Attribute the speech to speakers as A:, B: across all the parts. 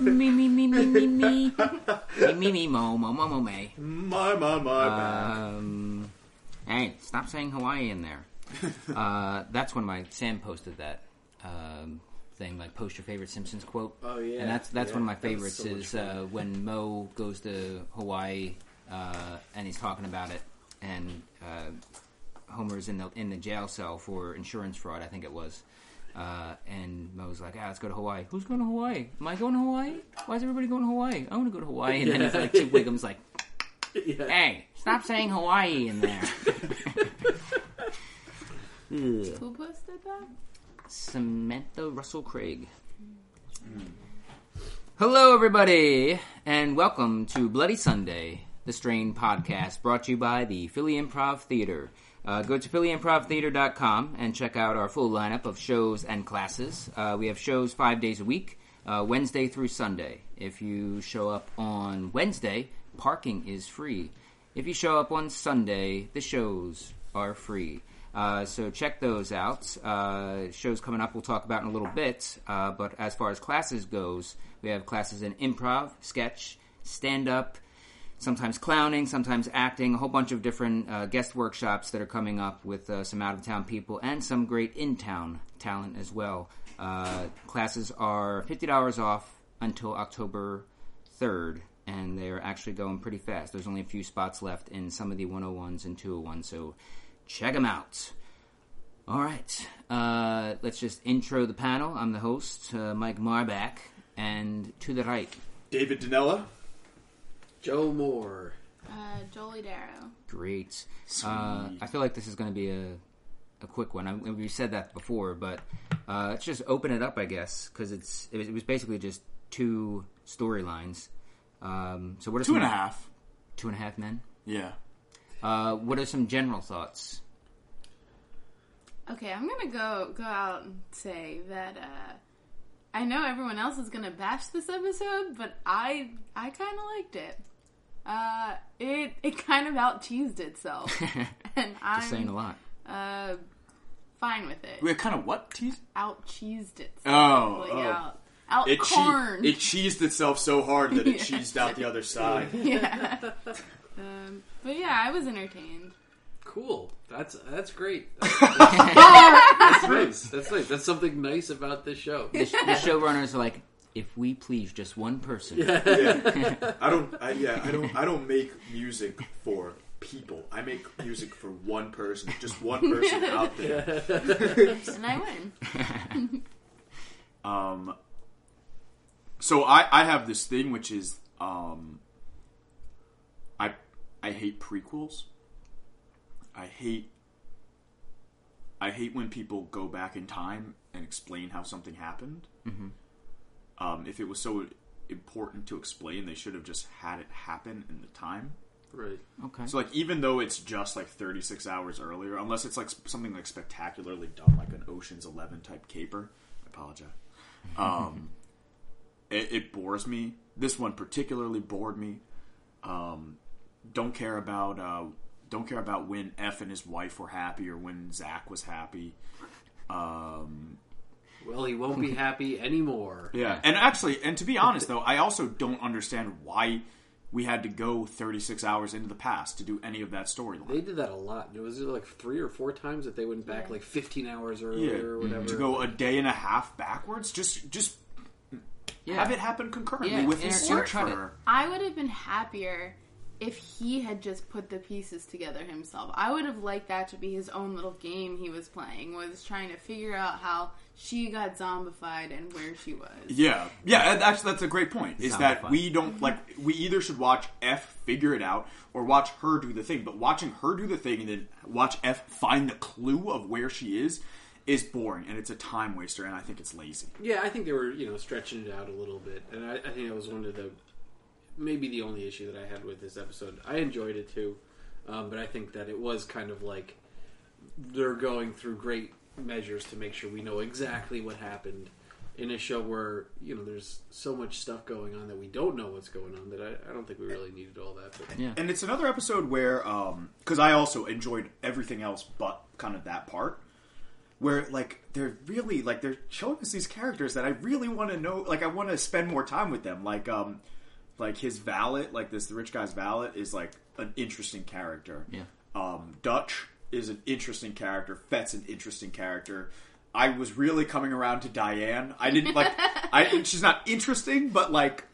A: me me me me me me me me me mo mo mo mo me.
B: My, my, my. bad.
A: Um, hey, stop saying Hawaii in there. Uh, that's when my Sam posted that um, thing, like post your favorite Simpsons quote.
B: Oh, yeah,
A: and that's that's
B: yeah,
A: one of my
B: that was
A: favorites
B: so much
A: is
B: fun.
A: uh, when Mo goes to Hawaii uh, and he's talking about it, and uh, Homer's in the in the jail cell for insurance fraud, I think it was. Uh, and Mo's like, ah, let's go to Hawaii. Who's going to Hawaii? Am I going to Hawaii? Why is everybody going to Hawaii? I want to go to Hawaii. And then it's like, Chick Wiggum's like,
B: Yeah.
A: Hey, stop saying Hawaii in there.
C: Who posted that?
A: Samantha Russell Craig. Hello, everybody, and welcome to Bloody Sunday, the Strain podcast, brought to you by the Philly Improv Theater. Uh, go to phillyimprovtheater.com and check out our full lineup of shows and classes. Uh, we have shows five days a week, uh, Wednesday through Sunday. If you show up on Wednesday, parking is free. If you show up on Sunday, the shows are free. Uh, so check those out. Uh, shows coming up we'll talk about in a little bit. Uh, but as far as classes goes, we have classes in improv, sketch, stand up, sometimes clowning, sometimes acting, a whole bunch of different uh, guest workshops that are coming up with uh, some out of town people and some great in town talent as well. Uh, classes are fifty dollars off until October third, and they are actually going pretty fast. There's only a few spots left in some of the 101s and 201s, so check them out. All right, uh, let's just intro the panel. I'm the host, uh, Mike Marbach, and to the right,
B: David Danella. Joe Moore.
C: Uh, Jolie Darrow.
A: great. Uh, I feel like this is going to be a a quick one. I, we said that before, but uh, let's just open it up, I guess, because it's it was, it was basically just two storylines. Um, so what are
D: Two
A: some-
D: and a half.
A: Two and a half men.
D: Yeah.
A: Uh, what are some general thoughts?
C: Okay, I'm gonna go go out and say that uh, I know everyone else is gonna bash this episode, but I I kind of liked it. Uh, it it kind of out cheesed itself, and
A: Just saying a
C: I'm
A: lot.
C: uh, fine with it.
D: We're kind of what teased?
C: Out cheesed itself.
D: Oh,
C: Like,
D: oh.
C: out out
B: It, chee-
C: corn.
B: it cheesed itself so hard that it
C: Yeah.
B: cheesed out the other side.
C: yeah. um, but yeah, I was entertained.
E: Cool. That's that's great. That's, nice. That's nice. That's something nice about this show.
A: The, the showrunners are like, if we please just one person.
B: Yeah. I don't. I, yeah, I don't. I don't make music for people. I make music for one person, just one person out there.
C: And I win.
D: So I, I have this thing which is um I I hate prequels. I hate I hate when people go back in time and explain how something happened. Mm-hmm. Um, if it was so important to explain, they should have just had it happen in the time.
E: Right.
A: Okay.
D: So like even though it's just like 36 hours earlier, unless it's like sp- something like spectacularly done, like an Ocean's Eleven type caper. I apologize. Um, it, it bores me. This one particularly bored me. Um, don't care about uh, don't care about when F and his wife were happy or when Zach was happy.
E: Well, he won't be happy anymore.
D: Yeah, and actually, and to be honest though, I also don't understand why we had to go 36 hours into the past to do any of that storyline.
E: They did that a lot. It was like three or four times that they went back like 15 hours earlier
D: yeah, mm,
E: or whatever.
D: to go a day and a half backwards. Just just
A: yeah.
D: have it happen concurrently
A: Yeah,
D: with his
A: inter-
D: search for
A: intercut it.
D: her.
C: I would have been happier if he had just put the pieces together himself. I would have liked that to be his own little game he was playing, was trying to figure out how she got zombified and where she was.
D: Yeah, yeah. and That's that's a great point. Is
A: Sound
D: that
A: fun.
D: we don't like we either should watch F figure it out or watch her do the thing. But watching her do the thing and then watch F find the clue of where she is is boring and it's a time waster. And I think it's lazy.
E: Yeah, I think they were you know stretching it out a little bit, and I, I think that was one of the maybe the only issue that I had with this episode. I enjoyed it too, um, but I think that it was kind of like they're going through great measures to make sure we know exactly what happened in a show where you know there's so much stuff going on that we don't know what's going on that I, I don't think we really needed all that. But
A: Yeah.
D: And it's another
F: um,
D: episode where, because I also enjoyed everything else but kind of that part,
F: where like they're really like they're showing us these characters that I really want to know. Like I want to spend more time with them. Like um, like his valet, like this the rich guy's valet is like an interesting character.
A: Yeah.
F: Um, Dutch is an interesting character. Fett's an interesting character. I was really coming around to Diane. I didn't like. I she's not interesting, but like.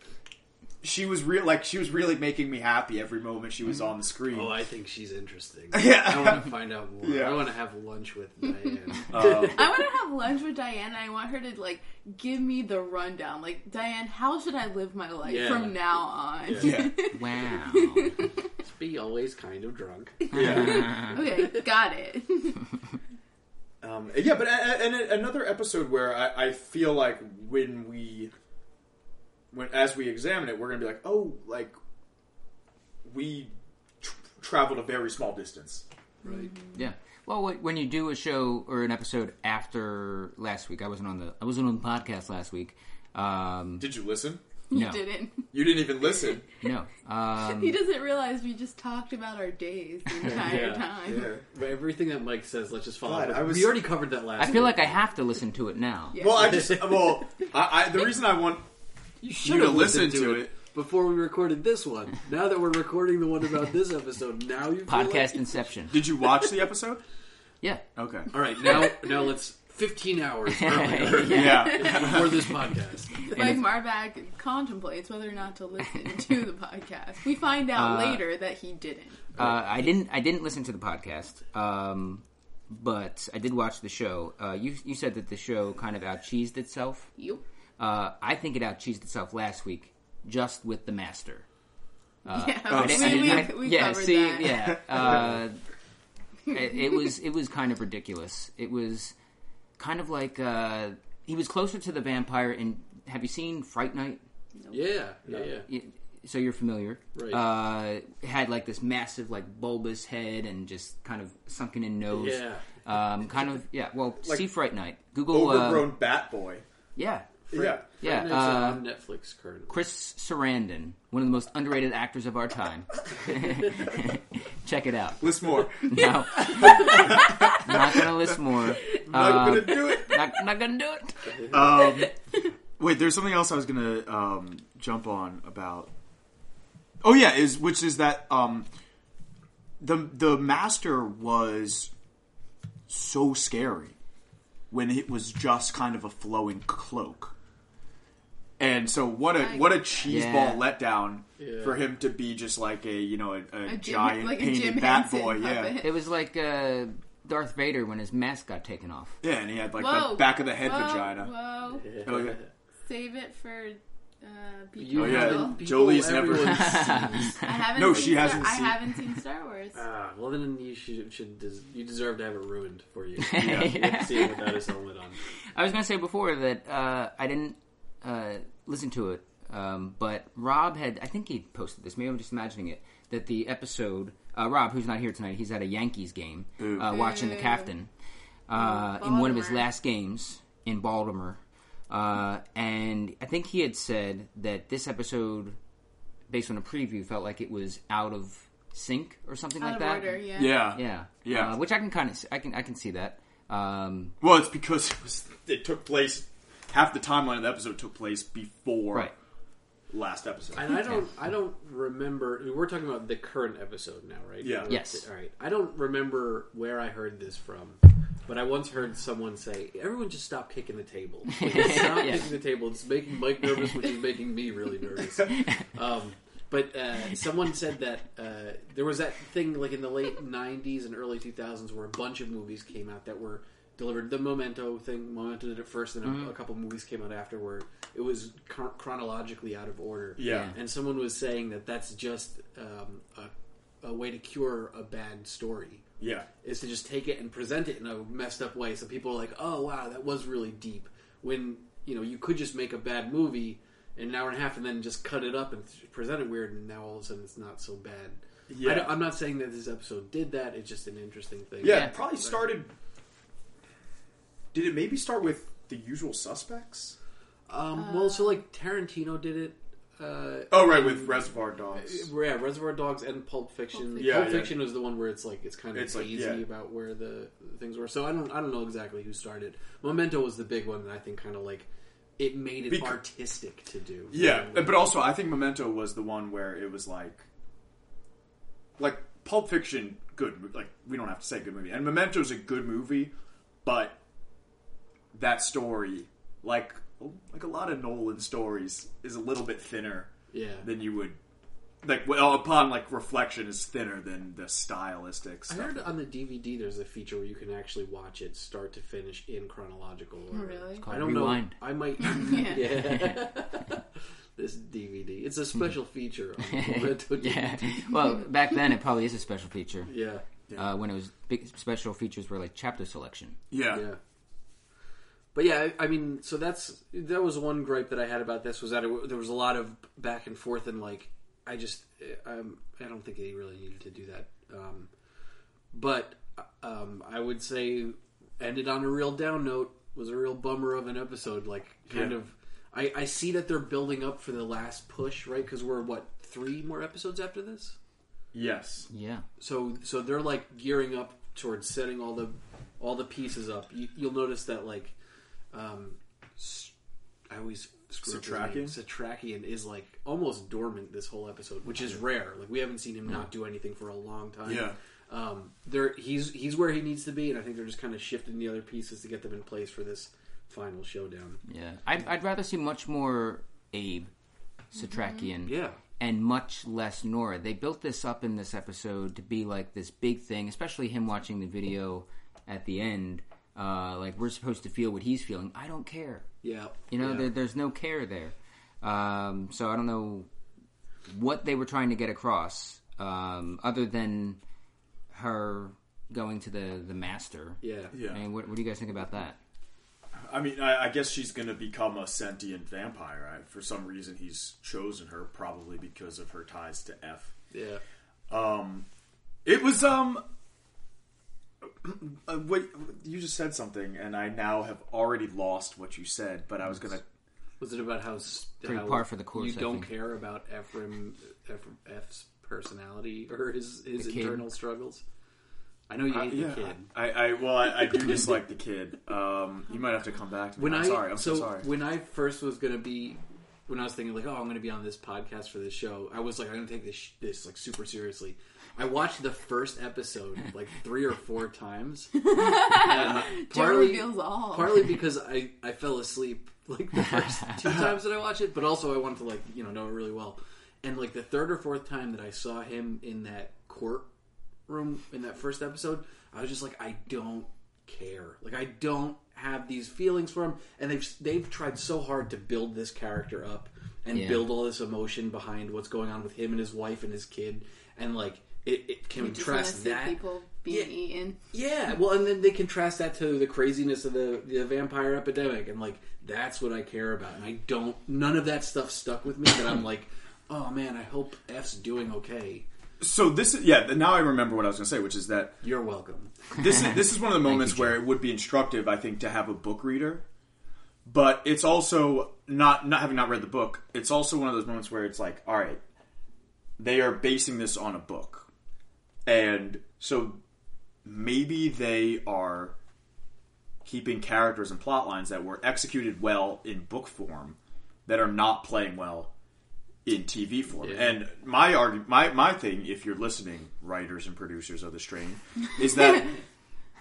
F: She was real, like she was really making me happy every moment she
D: Mm-hmm.
F: was on the screen.
E: Oh, I think she's interesting.
F: Yeah.
E: I want to find out more.
F: Yeah. Uh,
E: I want to have lunch with Diane.
C: I want to have lunch with Diane. and I want her to like give me the rundown. Like Diane, how should I live my life
E: Yeah.
C: from now on?
F: yeah,
A: Wow.
E: Just be always kind of drunk.
C: okay, got it.
D: Um, yeah, but a- a- and a- another episode where I, I feel like when we, when as we examine it, we're gonna be like, oh, like we tr- traveled a very small distance.
E: Right.
A: Yeah. Well, wh- when you do a show or an episode after last week, I wasn't on the I wasn't on the podcast last week. Um,
D: Did you listen?
C: You
A: No.
C: didn't.
D: You didn't even listen.
A: no. Um,
C: He doesn't realize we just talked about our days the entire
E: Yeah.
C: time.
D: Yeah.
E: But everything that Mike says, let's just follow.
D: God,
E: up with.
D: I was-
E: we already covered that last.
A: I feel
E: week.
A: like I have to listen to it now.
C: Yeah.
D: Well, I just well, I, I the reason I want
E: you
D: you
E: should
D: to
E: have listened
D: listen
E: to
D: to
E: it,
D: it.
E: before we recorded this one. Now that we're recording the one about this episode, now you feel
A: Podcast
E: Like...
A: Inception.
F: Did you watch the episode?
A: Yeah.
F: Okay.
E: All right, now now let's fifteen hours earlier
F: Yeah.
E: before this podcast.
C: Like Marvac contemplates whether or not to listen to the podcast. We find out later that he didn't.
A: Uh, I didn't. I didn't listen to the podcast, um, but I did watch the show. Uh, you you said that the show kind of outcheesed itself.
C: You.
A: Uh, I think it outcheesed itself last week, just with the master.
C: yeah,
A: I
C: we,
A: didn't- I
C: we,
A: didn't-
C: we
A: yeah,
C: covered
A: see,
C: that.
A: yeah. Uh, it, it was it was kind of ridiculous. It was kind of like uh, he was closer to the vampire. In have you seen Fright Night?
E: Yeah, yeah, yeah.
A: Y- So you're familiar,
E: Right.
A: Uh, it had like this massive, like bulbous head and just kind of sunken in nose.
E: Yeah.
A: Um, kind of yeah. Well,
D: Like
A: see Fright Night. Google. Uh,
D: overgrown bat boy.
A: yeah.
D: Yeah,
A: Yeah.
E: It's
A: uh,
E: on Netflix currently.
A: Chris Sarandon, one of the most underrated actors of our time. Check it out.
D: list more.
A: No. not gonna list more.
D: Not
A: Uh,
D: gonna do it.
A: Not, not gonna do it.
F: Um, wait, there's something else I was gonna um, jump on about. Oh yeah, is which is that um, the the master was so scary when it was just kind of a flowing cloak. And so what a what a cheeseball letdown
E: Yeah.
F: for him to be just like a you know a, a,
C: Jim-
F: giant
C: like a
F: painted
C: Jim
F: bat
C: Henson
F: boy yeah
C: puppet.
A: It was like uh, Darth Vader when his mask got taken off.
F: yeah and he had like
C: Whoa.
F: the back of the head
C: whoa,
F: vagina
C: Whoa.
F: Oh, yeah.
C: Save it for uh, Beacon
E: You
F: Oh, yeah.
C: Hill.
E: people
F: Jolie's never-
E: everyone sees.
C: I haven't
F: No,
C: seen
F: she
C: Star-
F: hasn't
C: I
F: seen-
C: haven't seen Star Wars.
E: Ah, well then you should, should des- you deserve to have it ruined for you.
A: Yeah.
E: yeah. See it without his helmet on.
A: I was gonna say before that uh, I didn't uh, listen to it, um, but Rob had I think he posted this. Maybe I'm just imagining it. That the episode uh, Rob, who's not here tonight, he's at a Yankees game uh, watching the captain uh, in one of his
C: Oh, Baltimore.
A: last games in Baltimore, uh, and I think he had said that this episode, based on a preview, felt like it was out of sync or something
C: Out
A: like
C: of
A: that.
C: order, yeah.
F: yeah
A: Yeah,
F: Yeah.
A: Uh, which I can kind of I can I can see that. Um,
F: Well, it's because it was it took place half the timeline of the episode took place before
A: right.
F: last episode.
E: And I don't, I don't remember. We're talking about the current episode now, right?
F: Yeah.
A: Yes.
E: All right. I don't remember where I heard this from, but I once heard someone say, "Everyone just stop kicking the table. Like, stop
A: Yeah.
E: kicking the table. It's making Mike nervous, which is making me really nervous." Um, but uh, someone said that uh, there was that thing like in the late '90s and early 2000s where a bunch of movies came out that were delivered. The Memento thing, Memento did it first, and a, a couple movies came out after where it was chron- chronologically out of order.
D: Yeah.
E: and someone was saying that that's just um, a, a way to cure a bad story
D: Yeah,
E: is to just take it and present it in a messed up way. So people are like, "Oh wow, that was really deep." When you know you could just make a bad movie in an hour and a half and then just cut it up and th- present it weird, and now all of a sudden it's not so bad.
D: Yeah.
E: I am not saying that this episode did that. It's just an interesting thing.
D: yeah.
A: Yeah.
D: it probably started. Did it maybe start with the usual suspects?
E: Um, well, so like Tarantino did it. Uh,
D: Oh, right, with Reservoir Dogs.
E: yeah, Reservoir Dogs and Pulp Fiction.
C: Pulp
D: Yeah,
E: Pulp
D: yeah.
E: Fiction was the one where it's like it's kind of
D: It's like,
E: hazy
D: yeah.
E: about where the things were. So I don't I don't know exactly who started. Memento was the big one that I think kind of like it made it
D: Bec-
E: artistic to do.
D: Yeah, but also I think Memento was the one where it was like, like Pulp Fiction, good. Like we don't have to say good movie, and Memento's a good movie, but that story, like like a lot of Nolan stories, is a little bit thinner
E: yeah.
D: than you would. Like well, upon like reflection, is thinner than the stylistic
E: I
D: stuff.
E: heard on the DVD there's a feature where you can actually watch it start to finish in chronological order.
C: Oh, Really? It's
E: I
A: called
E: don't
A: Rewind.
E: know. I might.
C: Yeah.
E: yeah. this DVD. It's a special feature. On Memento
A: yeah.
E: DVD.
A: Well, back then it probably is a special feature.
E: Yeah.
A: Uh, when it was big special features were like chapter selection.
D: yeah.
E: Yeah. But yeah, I, I mean, so that's that was one gripe that I had about this was that it, there was a lot of back and forth and like I just um, I don't think they really needed to do that. Um, but um, I would say ended on a real down note was a real bummer of an episode. Like kind
D: Yeah.
E: of I, I see that they're building up for the last push, right? Because we're what three more episodes after this
D: Yes.
A: Yeah.
E: so so they're like gearing up towards setting all the all the pieces up. You, you'll notice that like um, S- I always screw up his name. Satrakian is like almost dormant this whole episode, which is rare. Like we haven't seen him not do anything for a long time.
D: Yeah.
E: um, they're he's he's where he needs to be, and I think they're just kind of shifting the other pieces to get them in place for this final showdown.
A: Yeah. I'd, I'd rather see much more Abe Satrakian.
E: Yeah.
A: And much less Nora. They built this up in this episode to be like this big thing, especially him watching the video at the end. Uh, like, we're supposed to feel what he's feeling. I don't care.
E: Yeah,
A: You know,
E: yeah.
A: there, there's no care there. Um, so I don't know what they were trying to get across, um, other than her going to the the master.
E: yeah,
D: Yeah.
A: I mean, what, what do you guys think about that?
D: I mean, I, I guess she's going to become a sentient vampire. I, for some reason, he's chosen her, probably because of her ties to F.
E: yeah.
D: It was um. Uh, wait, you just said something, and I now have already lost what you said. But I was gonna.
E: Was it about how s-
A: Pretty
E: how
A: par for the course,
E: You
A: I
E: don't
A: think.
E: care about Ephraim, Ephraim F's personality or his his
A: The kid.
E: internal struggles. I know you hate
D: yeah,
E: the kid.
D: I, I well, I, I do dislike the kid. Um, you might have to come back to me.
E: When
D: I'm
E: I-
D: sorry. I'm
E: so,
D: so, sorry.
E: when I first was gonna be when I was thinking like oh I'm gonna be on this podcast for this show I was like I'm gonna take this sh- this like super seriously. I watched the first episode like three or four times. And
C: Joe
E: partly-
C: reveals all.
E: partly because I, I fell asleep like the first two times that I watched it, but also I wanted to like you know know it really well. And like the third or fourth time that I saw him in that courtroom in that first episode, I was just like, I don't care. Like I don't have these feelings for him. And they've they've tried so hard to build this character up and
A: Yeah.
E: build all this emotion behind what's going on with him and his wife and his kid, and like it, it can
C: You just wanna
E: contrast
C: see
E: that
C: people being
E: Yeah.
C: eaten.
E: yeah, well, and then they contrast that to the craziness of the, the vampire epidemic, and like that's what I care about. And I don't. None of that stuff stuck with me. That I'm like, oh man, I hope F's doing okay.
D: so this is yeah. Now I remember what I was gonna say, which is that
E: You're welcome.
D: this is this is one of the moments where it would be instructive, I think, to have a book reader. But it's also not not having not read the book. It's also one of those moments where it's like, all right, they are basing this on a book, and so maybe they are keeping characters and plot lines that were executed well in book form that are not playing well in TV form. And my argu- my my thing, if you're listening, writers and producers of the strain, is that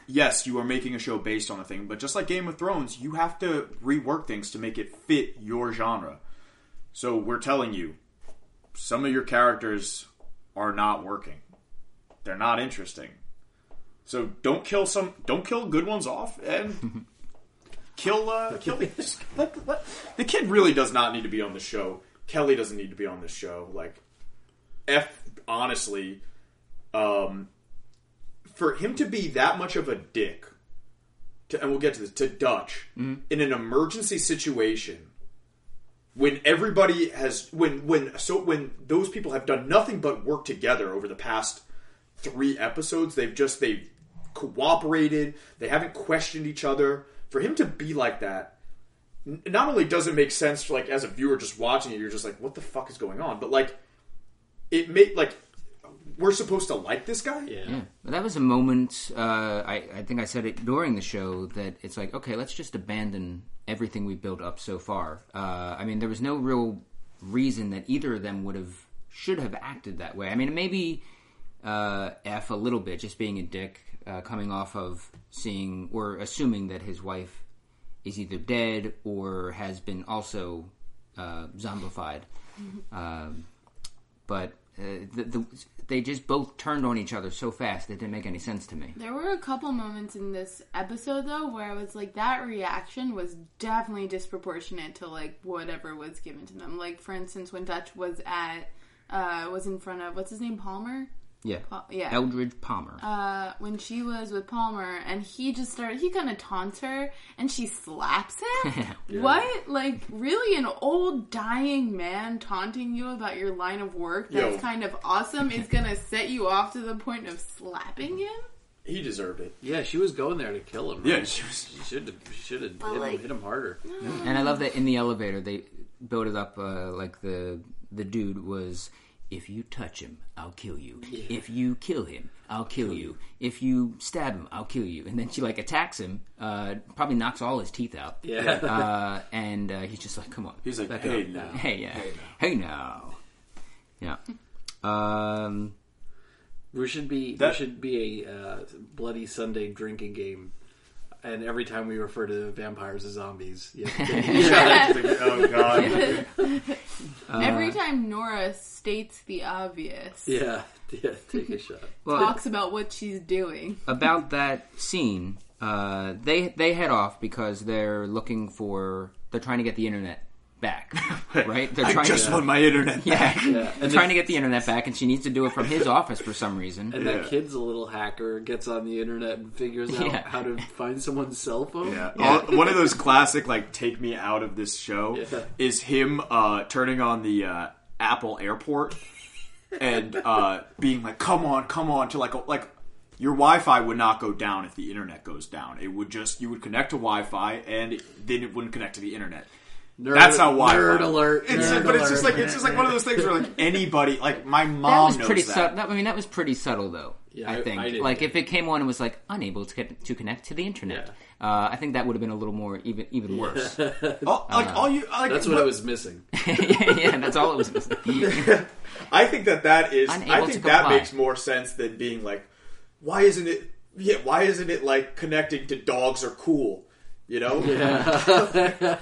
D: yes, you are making a show based on a thing, but just like Game of Thrones, you have to rework things to make it fit your genre. So we're telling you, some of your characters are not working. They're not interesting. So don't kill some. Don't kill good ones off and. Kill, uh, kill the, let, let- the kid really does not need to be on the show. Kelly doesn't need to be on this show. Like, F, honestly, um, for him to be that much of a dick, to, and we'll get to this, to Dutch in an emergency situation when everybody has when when so when those people have done nothing but work together over the past three episodes, they've just they've cooperated, they haven't questioned each other. For him to be like that n- not only does it make sense, like as a viewer just watching it, you're just like, what the fuck is going on? But like, it made like we're supposed to like this guy.
E: Yeah.
A: But that was a moment. Uh, I, I think I said it during the show that it's like, okay, let's just abandon everything we built up so far. Uh, I mean, there was no real reason that either of them would have should have acted that way. I mean, maybe uh, F a little bit, just being a dick, uh, coming off of seeing or assuming that his wife is either dead or has been also uh, zombified. Um, but uh, the, the, they just both turned on each other so fast it didn't make any sense to me.
C: There were a couple moments in this episode though where I was like that reaction was definitely disproportionate to like whatever was given to them. Like for instance when Dutch was at uh was in front of what's his name Palmer?
A: Yeah,
C: Pa- yeah.
A: Eldridge Palmer.
C: Uh when she was with Palmer and he just started he kind of taunts her and she slaps him. What? Like really an old dying man taunting you about your line of work that's
D: Yo.
C: kind of awesome is going to set you off to the point of slapping him?
D: He deserved it.
E: Yeah, she was going there to kill him.
F: Yeah,
E: right?
F: she was.
E: she should have should have hit,
C: But,
E: him-
C: like-
E: hit him harder.
A: and I love that in the elevator they built it up uh, like the the dude was. If you touch him, I'll kill you. If you kill him, I'll kill you. If you stab him, I'll kill you. And then she like attacks him, uh, probably knocks all his teeth out.
E: Yeah.
A: Uh, and uh, he's just like, "Come on."
F: He's like,
A: back
F: "Hey,
A: up."
F: now.
A: Hey, yeah. Hey now. Yeah. Um.
E: We should be
F: That-
E: that should be a uh, bloody Sunday drinking game, and every time we refer to the vampires as zombies, yeah,
F: oh god.
C: Every time Nora states the obvious,
E: Uh, yeah, yeah, take a shot.
C: talks about what she's doing.
A: about that scene, uh, they they head off because they're looking for they're trying to get the internet back, right? They're
F: I
A: trying
F: just
A: to
F: want my internet
A: yeah,
F: back.
A: they're trying to get the internet back, and she needs to do it from his office for some reason.
E: And that
F: Yeah.
E: kid's a little hacker, gets on the internet and figures out
A: Yeah.
E: how to find someone's cell phone.
F: Yeah. All- one of those classic like take me out of this show
E: Yeah.
F: is him uh, turning on the uh, Apple Airport and uh, being like, "Come on, come on!" To like a- like your Wi-Fi would not go down if the internet goes down. It would just you would connect to Wi-Fi and then it wouldn't connect to the internet.
E: Nerd-
F: That's how Wi-Fi.
E: Nerd alert!
F: It's
E: nerd
F: but it's just
E: alert.
F: like it's just like one of those things where like anybody like my
A: That
F: mom
A: was pretty
F: knows
A: subtle.
F: that.
A: That, I mean, that was pretty subtle, though.
E: Yeah,
A: I
E: I-
A: think,
E: I didn't
A: like,
E: get
A: if it came on and was like unable to get to connect to the internet, uh, I think that would have been a little more even even worse. Yeah,
F: All, Oh, like all you like,
E: that's what I was missing.
A: yeah that's all it was.
D: I think that that is.
A: Unable
D: I
A: to
D: think that
A: comply.
D: makes more sense than being like, why isn't it? Yeah, why isn't it like connecting to dogs are cool? You know,
A: Well,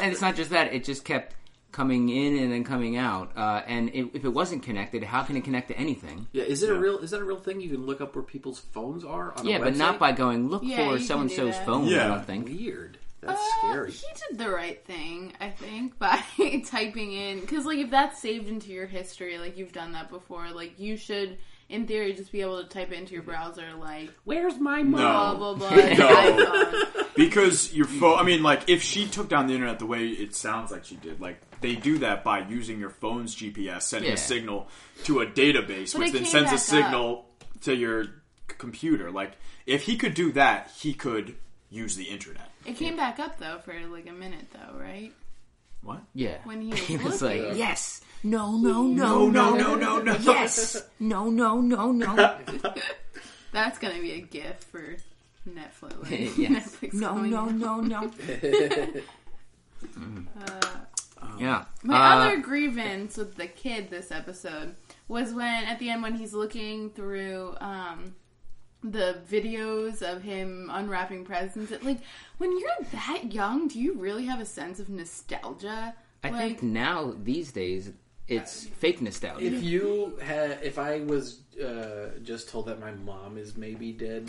A: and it's not just that; it just kept coming in and then coming out. Uh, and it, if it wasn't connected, how can it connect to anything?
E: Yeah, is it a real? Is that a real thing? You can look up where people's phones are on a
A: Yeah, but
E: website?
A: not by going look
C: Yeah, you
A: for
C: can
A: so and
C: do
A: so's
C: that.
A: phone. I
F: Yeah.
A: don't think.
E: weird. That's
C: Uh,
E: scary.
C: He did the right thing, I think, by typing in because, like, if that's saved into your history, like you've done that before, like you should, in theory, just be able to type it into your browser, like
E: Where's my
C: blah
F: mom?
C: blah um, blah. iPhone.
F: Because your phone, I mean, like, if she took down the internet the way it sounds like she did, like, they do that by using your phone's GPS, sending
A: Yeah.
F: a signal to a database,
C: But
F: which
C: it
F: then
C: came
F: sends a
C: back
F: signal to your c- computer. Like, if he could do that, he could use the internet.
C: It came back up though for like a minute though, right?
F: What?
A: Yeah,
C: When he was
A: was
C: looking.
A: like, "Yes, no, no, no,
F: No, no, no, no.
A: yes, no, no, no, no,
C: That's gonna be a gift for Netflix. Like,
A: Yes.
C: Netflix
A: no,
C: going
A: no,
C: out.
A: no, no." Yeah,
C: My
A: Uh,
C: other grievance with the kid this episode was when at the end when he's looking through um the videos of him unwrapping presents. It, like when you're that young, do you really have a sense of nostalgia?
A: I
C: like,
A: think now these days it's fake nostalgia.
E: If you had, if I was uh, just told that my mom is maybe dead,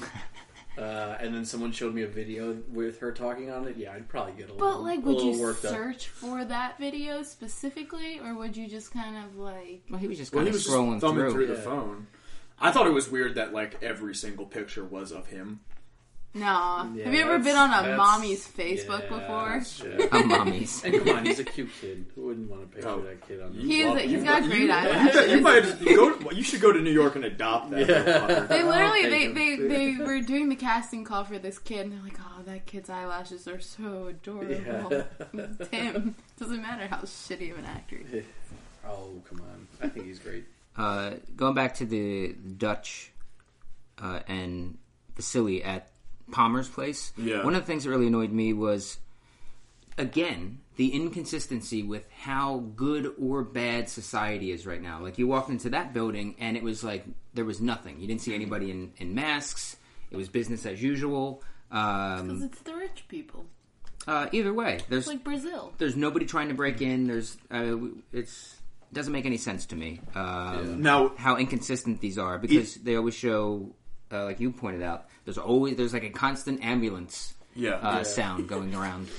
E: uh, and then someone showed me a video with her talking on it, yeah, I'd probably get a little,
C: but like,
E: a
C: would
E: little
C: you
E: worked up.
C: search for that video specifically, or would you just kind of like?
A: well, he was just
D: Well,
A: kind
D: he
A: of
D: was just
A: scrolling
D: thumbing through,
A: through.
D: the phone. I thought it was weird that like every single picture was of him.
C: No.
E: Yeah,
C: Have you ever
E: that's-
C: been on a
E: that's-
C: mommy's Facebook
E: yeah,
C: before?
E: that's shit.
A: Oh, mommies.
E: and come on, he's a cute kid. Who wouldn't want to picture
D: Oh.
E: that kid on the
C: He is.
D: Well,
C: A, he's
D: you've
C: got great
D: You,
C: eyelashes.
D: bet- you might just go. well, You should go to New York and adopt that. motherfucker.
C: They literally they,
E: thank
C: they, they were doing the casting call for this kid, and they're like, "Oh, that kid's eyelashes are so adorable." It's him. Doesn't matter how shitty of an actor. he is.
E: Oh, come on. I think he's great.
A: Uh, going back to the Dutch uh, and Vasily at Palmer's place.
F: Yeah.
A: One of the things that really annoyed me was again the inconsistency with how good or bad society is right now. Like you walked into that building and it was like there was nothing. You didn't see anybody in, in masks. It was business as usual. Um,
C: 'Cause it's the rich people,
A: uh, either way, there's
C: It's like Brazil.
A: there's nobody trying to break in. There's uh, w- it's doesn't make any sense to me. Um,
D: Now,
A: how inconsistent these are because they always show, uh, like you pointed out, there's always there's like a constant ambulance
F: Yeah.
A: uh, sound going around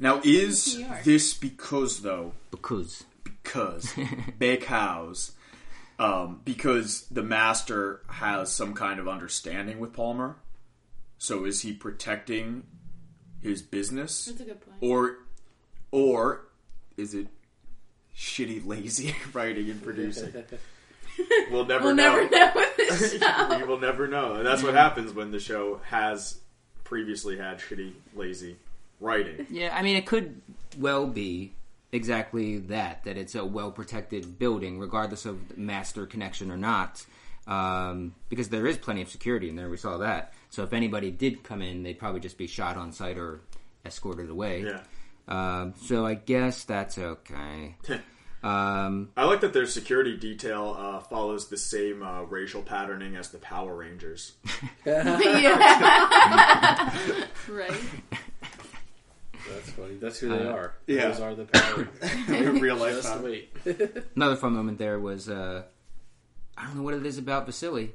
F: Now is
C: New York.
F: this because though
A: because
F: because because um, because the master has some kind of understanding with Palmer. So is he protecting his business?
C: That's a good point.
F: Or or is it shitty lazy writing and producing?
D: we'll never
C: We'll
D: know.
C: never know with this
D: we will never know. And that's what happens when the show has previously had shitty, lazy writing.
A: yeah, I mean it could well be exactly that that it's a well protected building regardless of master connection or not. Um, because there is plenty of security in there, we saw that. So if anybody did come in, they'd probably just be shot on site or escorted away.
D: Yeah.
A: Um, so I guess that's okay. um,
D: I like that their security detail uh, follows the same uh, racial patterning as the Power Rangers.
C: yeah. right.
E: That's funny. That's who they are.
D: Uh, yeah.
E: Those are the power.
D: Real life.
E: Just
D: Power-
E: wait.
A: another fun moment there was uh, I don't know what it is about Vasily,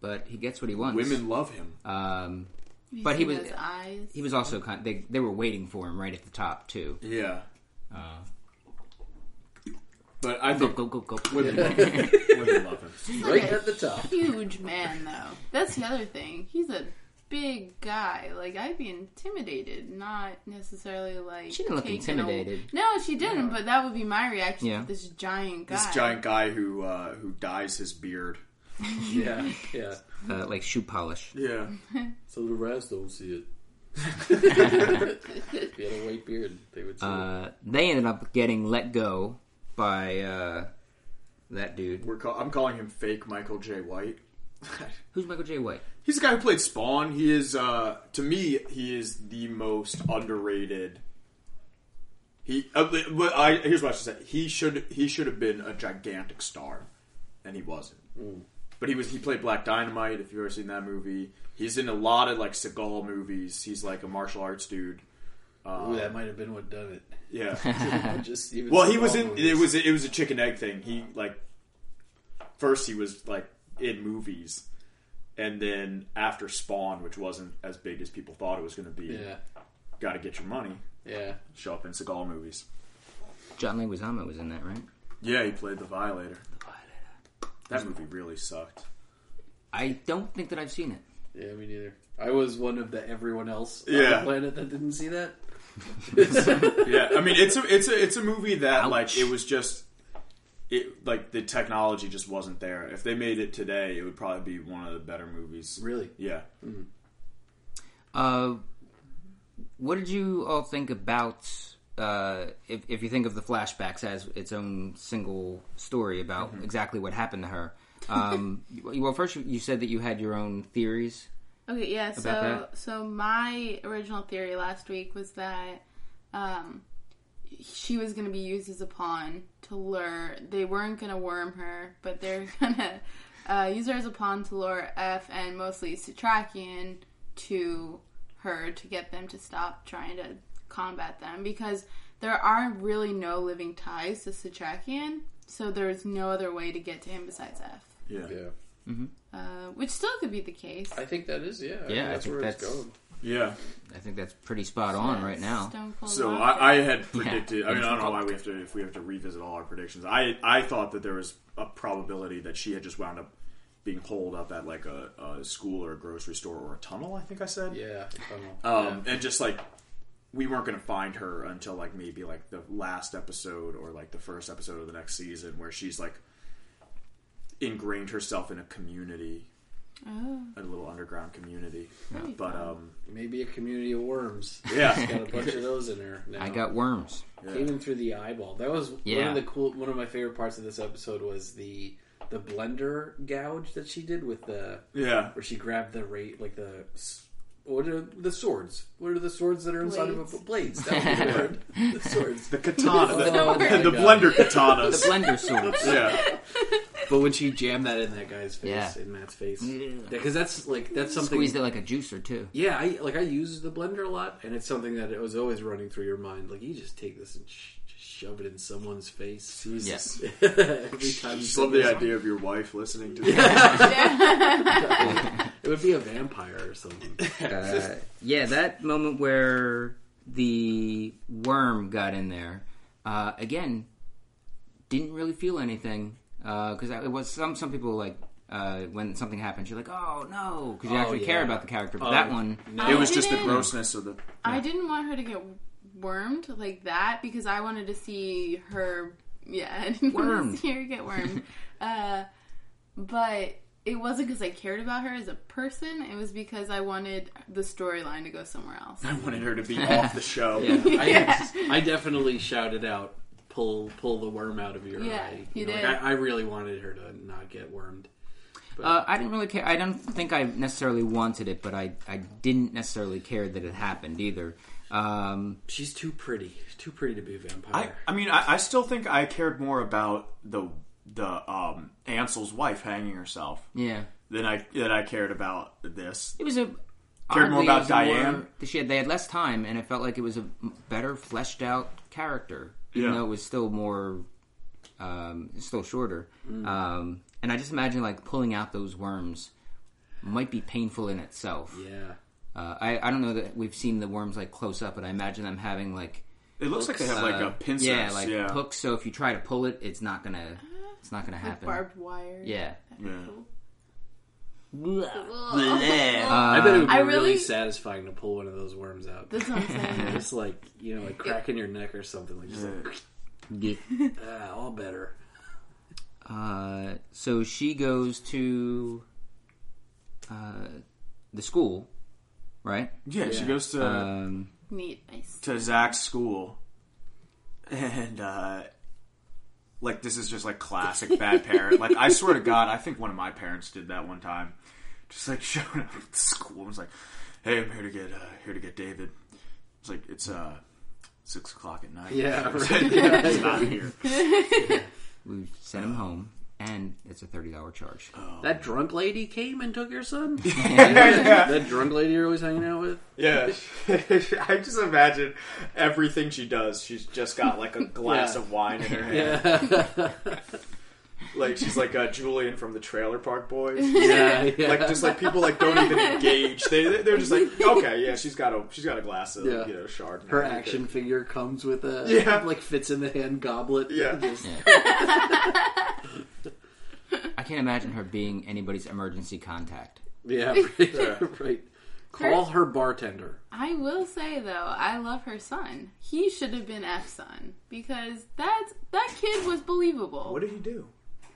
A: but he gets what he wants.
F: Women love him.
A: Um, But he was-
C: Those eyes.
A: he was also kind. they they were waiting for him right at the top too.
F: Yeah. uh, but I
A: Go
F: think
A: go go go.
F: women love him. women love him.
E: Right at the top.
C: Huge man though. That's the other thing. He's a big guy. Like I'd be intimidated, not necessarily like
A: She didn't look
C: taken a-
A: intimidated.
C: No, she didn't. But that would be my reaction
A: Yeah.
C: to this giant guy.
F: This giant guy who uh, who dyes his beard.
E: Yeah, yeah.
A: Uh, like shoe polish.
F: Yeah.
E: So the Raz don't see it. if he had a white beard, they would see
A: Uh, they ended up getting let go by uh, that dude.
D: We're call- I'm calling him fake Michael J. White.
A: Who's Michael J. White?
D: He's the guy who played Spawn. He is, uh, to me, he is the most underrated. He, uh, but I here's what I should say. He should he should have been a gigantic star, and he wasn't. But he was. He played Black Dynamite. If you've ever seen that movie, he's in a lot of like Seagal movies. He's like a martial arts dude.
E: it. Ooh, that might have been what done it.
D: Yeah.
E: Just Steven
D: well, he was
E: Seagal
D: in.
E: movies.
D: It was it was a chicken egg thing. He like first he was like in movies, and then after Spawn, which wasn't as big as people thought it was going to be,
E: Yeah,
D: got to get your money.
E: yeah.
D: Show up in Seagal movies.
A: John Leguizamo was in that, right?
D: Yeah, he played the Violator. That movie really sucked.
A: I don't think that I've seen it.
E: Yeah, me neither. I was one of the everyone else on
D: Yeah.
E: the planet that didn't see that.
D: yeah, I mean it's a it's a it's a movie that
A: Ouch.
D: like it was just it like the technology just wasn't there. If they made it today, it would probably be one of the better movies.
E: Really? Hmm.
D: Yeah.
A: Uh, what did you all think about uh, if, if you think of the flashbacks as its own single story about exactly what happened to her? Um, you- well, first you- you said that you had your own theories.
C: Okay, yeah. So,
A: that?
C: so my original theory last week was that um, she was going to be used as a pawn to lure. They weren't going to worm her, but they're going to uh, use her as a pawn to lure F and mostly Satrakian to her to get them to stop trying to combat them because there are really no living ties to Satrakian, so there's no other way to get to him besides F.
D: Yeah.
E: Yeah,
C: Uh, which still could be the case.
E: I think that is. Yeah,
A: Yeah, I
E: that's
A: think
E: where it's
A: that's-
E: going.
D: Yeah.
A: I think that's pretty spot on right now.
C: Stone Cold
D: So
C: Lock.
D: I, I had predicted. I mean, I don't know
A: Difficult.
D: why we have to if we have to revisit all our predictions. I I thought that there was a probability that she had just wound up being holed up at like a, a school or a grocery store or a tunnel. I think I said.
E: Yeah. Uh,
D: Um, And just like we weren't going to find her until like maybe like the last episode or like the first episode of the next season, where she's like ingrained herself in a community, a little underground community. But um,
E: Maybe a community of worms.
D: yeah,
E: Got a bunch of those in her. Now.
A: I got worms.
E: Even through the eyeball. That was one
A: Yeah.
E: of the cool. One of my favorite parts of this episode was the the blender gouge that she did with the
D: yeah.
E: where she grabbed the rate like the s- what are the swords? What are the swords that are inside of a
C: Blades.
E: blades? That was the word. the swords.
D: The katana, the,
E: Oh my
D: the
E: God.
D: blender
A: The
D: katanas.
A: blender swords.
D: yeah,
E: But when she jammed that in that guy's face,
A: Yeah.
E: in Matt's face,
A: Yeah.
E: because that's like that's something.
A: Squeezed it like a juicer too.
E: Yeah, I, like I use the blender a lot, and it's something that it was always running through your mind. Like you just take this and sh- just shove it in someone's face.
A: Yes.
E: Every time you
D: just
E: say
D: love the
E: this,
D: idea of your wife listening to that.
E: it would be a vampire or something.
A: Uh, yeah, that moment where the worm got in there uh, again didn't really feel anything because it was some some people like uh, when something happens you're like oh no because you
E: Oh,
A: actually care
E: yeah.
A: about the character but
E: Oh,
A: that one
E: no.
D: It was just the
C: didn't-
D: grossness of the.
C: I didn't want her to get wormed like that because I wanted to see her. Yeah, I didn't want
A: Wormed.
C: to see her get wormed. uh, but it wasn't because I cared about her as a person. It was because I wanted the storyline to go somewhere else.
D: I wanted her to be off the show.
E: I,
C: Yeah.
E: I definitely shouted out, "Pull, pull the worm out of your
C: Yeah,
E: eye."
C: you
E: know,
C: did.
E: Like, I, I really wanted her to not get wormed.
A: Uh, I didn't really care. I don't think I necessarily wanted it, but I, I didn't necessarily care that it happened either. Um,
E: She's too pretty, too pretty to be a
D: I,
E: vampire.
D: I mean, I, I still think I cared more about the the um, Ansel's wife hanging herself
A: yeah,
D: than I than I cared about this.
A: it was a
D: Cared more
A: oddly,
D: about
A: it was a more-
D: Diane?
A: she had they had less time, and it felt like it was a better fleshed out character, even
D: Yeah.
A: though it was still more, um, still shorter. Um, and I just imagine like pulling out those worms might be painful in itself.
E: yeah,
A: Uh, I I don't know that we've seen the worms like close up, but I imagine them having like.
D: It looks like they have like
A: Uh,
D: a pincer.
A: Yeah, like hooks. So if you try to pull it, it's not gonna, it's not gonna happen.
C: Barbed wire.
A: yeah.
D: Yeah.
E: I bet it would be
C: I
E: really,
C: really-
E: satisfying to pull one of those worms out.
C: That's what I'm saying.
E: just like you know, like cracking your neck or something. Like just like, ah, all better.
A: Uh, so she goes to uh, the school, right?
D: Yeah, she goes to
A: Um,
C: Neat. Nice.
D: to Zach's school, and uh, like this is just like classic bad parent. Like I swear to God, I think one of my parents did that one time. Just like showed up at school and was like, "Hey, I'm here to get uh, here to get David." It's like it's uh six o'clock at night.
E: Yeah,
D: It's
E: right.
D: like, "He's not here.
A: we sent him home, and it's a thirty-dollar charge.
E: That drunk lady came and took your son. That drunk lady you're always hanging out with.
D: Yeah, I just imagine everything she does. She's just got like a glass
E: Yeah.
D: of wine in her hand. Like she's like uh, Julian from the Trailer Park Boys.
E: Yeah, yeah.
D: like just like people like don't even engage. They they're just like okay, yeah, she's got a she's got a glass of
E: Yeah.
D: you know shard.
E: her action figure comes with a
D: Yeah.
E: like fits in the hand goblet.
D: Yeah.
E: Just-
A: I can't imagine her being anybody's emergency contact.
E: yeah, right, right. Call her bartender.
C: I will say though, I love her son. He should have been F's son because that's that kid was believable.
D: What did he do?